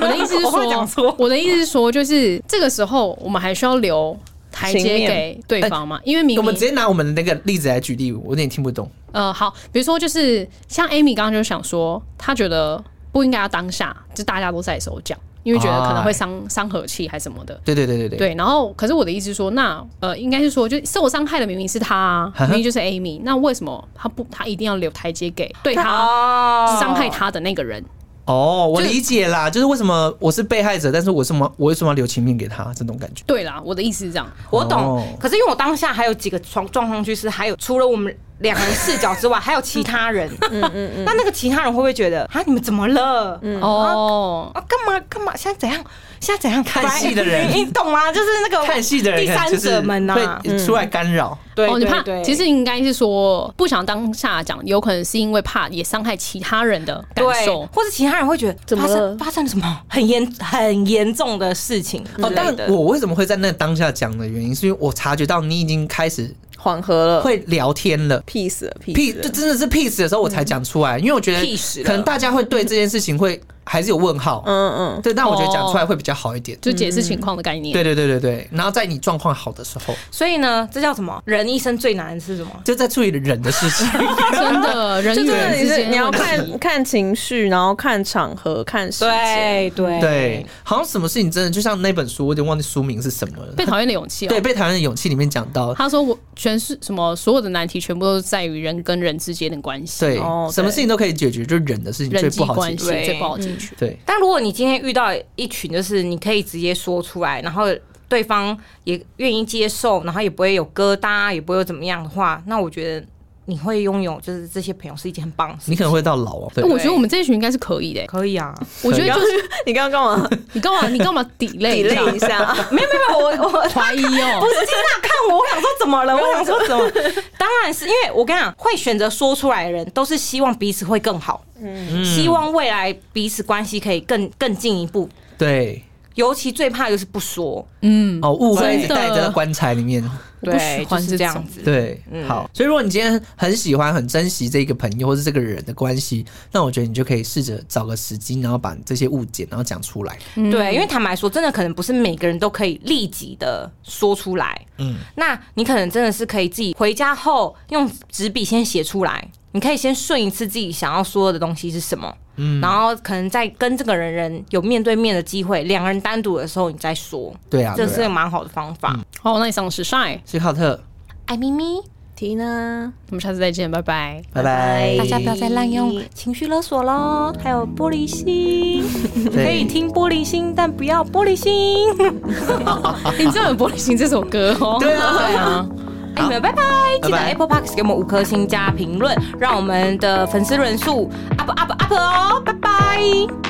Speaker 3: 我的意 思是
Speaker 4: 我会讲
Speaker 3: 说
Speaker 4: 错，
Speaker 3: 我的意思是说，就是这个时候我们还需要留台
Speaker 1: 情
Speaker 3: 阶
Speaker 1: 面
Speaker 3: 给对方嘛？因为明
Speaker 5: 哎我们
Speaker 3: 明
Speaker 5: 直接拿我们的那个例子来举例，我有点听不懂。
Speaker 3: 呃，好，比如说就是像 Amy 刚刚就想说，她觉得不应该要当下，就大家都在手讲，因为觉得可能会伤伤和气还什么的。
Speaker 5: 对对啊对对对，
Speaker 3: 对，然后可是我的意思是说，那呃，应该是说，就受伤害的明明是他、啊，
Speaker 5: 哈哈
Speaker 3: 明明就是 Amy，那为什么他不，他一定要留台阶给对 他
Speaker 4: 哦
Speaker 3: 伤害他的那个人？
Speaker 5: 哦，我
Speaker 3: 就是
Speaker 5: 理解啦，就是为什么我是被害者，但是我什么我为什么要留情面给他这种感觉？
Speaker 3: 对啦，我的意思是这样。
Speaker 4: 我懂
Speaker 5: 哦。
Speaker 4: 可是因为我当下还有几个状状况，就是还有除了我们两个人视角之外，还有其他人。那那个其他人会不会觉得啊，你们怎么了？
Speaker 5: 嗯
Speaker 3: 哦，
Speaker 4: 啊，干嘛干嘛？现在怎样？现在怎样？
Speaker 5: 看戏的人
Speaker 4: 你懂吗？就是那个
Speaker 5: 看戏的人
Speaker 4: 哦第三者们啊嗯呐、
Speaker 5: 可能就是会出来干扰，
Speaker 4: 对
Speaker 3: 哦，你怕
Speaker 4: 对，对
Speaker 3: 其实应该是说不想当下讲，有可能是因为怕也伤害其他人的感
Speaker 4: 对
Speaker 3: 受，。
Speaker 4: 或是其他人会觉得
Speaker 1: 怎么
Speaker 4: 发
Speaker 1: 了
Speaker 4: 生发生了什么很严很严重的事情
Speaker 5: 哦
Speaker 4: 之，类
Speaker 5: 但
Speaker 4: 嗯的
Speaker 5: 我为什么会在那当下讲的原因，是因为我察觉到你已经开始
Speaker 1: 缓和
Speaker 4: 呃
Speaker 1: 了，
Speaker 5: 会聊天了。
Speaker 1: peace 了
Speaker 5: 屁，
Speaker 1: peace
Speaker 5: 就
Speaker 1: 了
Speaker 5: 真的是 peace 的时候我才讲出来，因为我觉
Speaker 4: ，peace
Speaker 5: 得
Speaker 4: 了
Speaker 5: 可能大家会对这件事情会 还是有问号，
Speaker 1: 嗯嗯，
Speaker 5: 对，但我觉
Speaker 4: 哦
Speaker 5: 得讲出来会比较好一点。
Speaker 3: 就解释情况的概念。
Speaker 5: 对对对对对，然后在你状况好的时候，
Speaker 4: 所以呢，这叫什么？人一生最难的是什么？
Speaker 5: 就在处理人的 事情。
Speaker 3: 真的，人
Speaker 1: 就
Speaker 3: 与
Speaker 1: 真
Speaker 3: 人
Speaker 1: 的
Speaker 3: 之
Speaker 1: 你是
Speaker 3: 间
Speaker 1: 你要
Speaker 3: 的问题
Speaker 1: 看看情绪，然后看场合，看时间。
Speaker 4: 对对
Speaker 5: 对，好像什么事情真的就像那本书，我有点忘记书名是什么了。
Speaker 3: 被讨厌的勇气哦。
Speaker 5: 对，被讨厌的勇气里面讲到，
Speaker 3: 他说我全是什么，所有的难题全部都是在于人跟人之间的关系，
Speaker 5: 对
Speaker 1: 哦，
Speaker 5: 什么
Speaker 1: 对
Speaker 5: 事情都可以解决，就人的事情最
Speaker 3: 人际
Speaker 5: 不好解
Speaker 3: 关系
Speaker 5: 决。
Speaker 4: 对
Speaker 3: 最不好解决。
Speaker 5: 对，
Speaker 4: 但如果你今天遇到一群，就是你可以直接说出来，然后对方也愿意接受，然后也不会有疙瘩，也不会有怎么样的话，那我觉得你会拥有就是这些朋友是一件很棒的事
Speaker 5: 你可能会到老哦。对
Speaker 3: 那，我觉得我们这一群应该是可以 的欸、
Speaker 4: 可以啊，
Speaker 3: 我觉得就是
Speaker 1: 你刚 刚干嘛？
Speaker 3: 你干嘛，你干嘛 delay
Speaker 1: 比
Speaker 3: 这
Speaker 1: 类
Speaker 3: 样
Speaker 1: 一下，啊
Speaker 4: 没有没有，我我
Speaker 3: 怀疑哦、
Speaker 4: 不是金娜看我，我想说怎么了？我想说怎 么？当然是因为我跟你讲，会选择说出来的人，都是希望彼此会更好，
Speaker 5: 嗯
Speaker 4: 希望未来彼此关系可以更更进一步。
Speaker 5: 对，
Speaker 4: 尤其最怕就是不说，
Speaker 3: 嗯，
Speaker 5: 哦，误会一
Speaker 3: 真
Speaker 5: 直
Speaker 3: 的
Speaker 5: 带在棺材里面。
Speaker 3: 我不喜
Speaker 4: 对，就
Speaker 3: 欢
Speaker 4: 是这
Speaker 3: 这
Speaker 4: 样
Speaker 3: 种
Speaker 4: 子。
Speaker 5: 对，好。所以如果你今天很喜欢、很珍惜这个朋友或是这个人的关系，那我觉得你就可以试着找个时机，然后把这些误解然后讲出来。
Speaker 4: 对，因为坦白说，真的可能不是每个人都可以立即的说出来。嗯，那你可能真的是可以自己回家后用纸笔先写出来，你可以先顺一次自己想要说的东西是什么。嗯，然后可能在跟这个人人有面对面的机会，两个人单独的时候你再说，
Speaker 5: 对啊，
Speaker 4: 这
Speaker 5: 对啊嗯
Speaker 4: 是个蛮好的方法。
Speaker 3: 好，那以上是 Shine，
Speaker 5: 史考特，
Speaker 4: 爱哎咪咪，
Speaker 1: 缇娜，
Speaker 3: 我们下次再见，拜拜。
Speaker 5: 拜拜。
Speaker 4: 大家不要再滥用情绪勒索喽，还有玻璃心，
Speaker 5: 对
Speaker 4: 可以听玻璃心，但不要玻璃心。
Speaker 3: 你知道有《玻璃心》这首歌哦、
Speaker 5: 对啊
Speaker 3: 对 啊。
Speaker 4: 爱哎你们，拜拜！记得
Speaker 5: 拜拜
Speaker 4: Apple Park 给我们五颗星加评论，让我们的粉丝人数 up up up 哦，拜拜。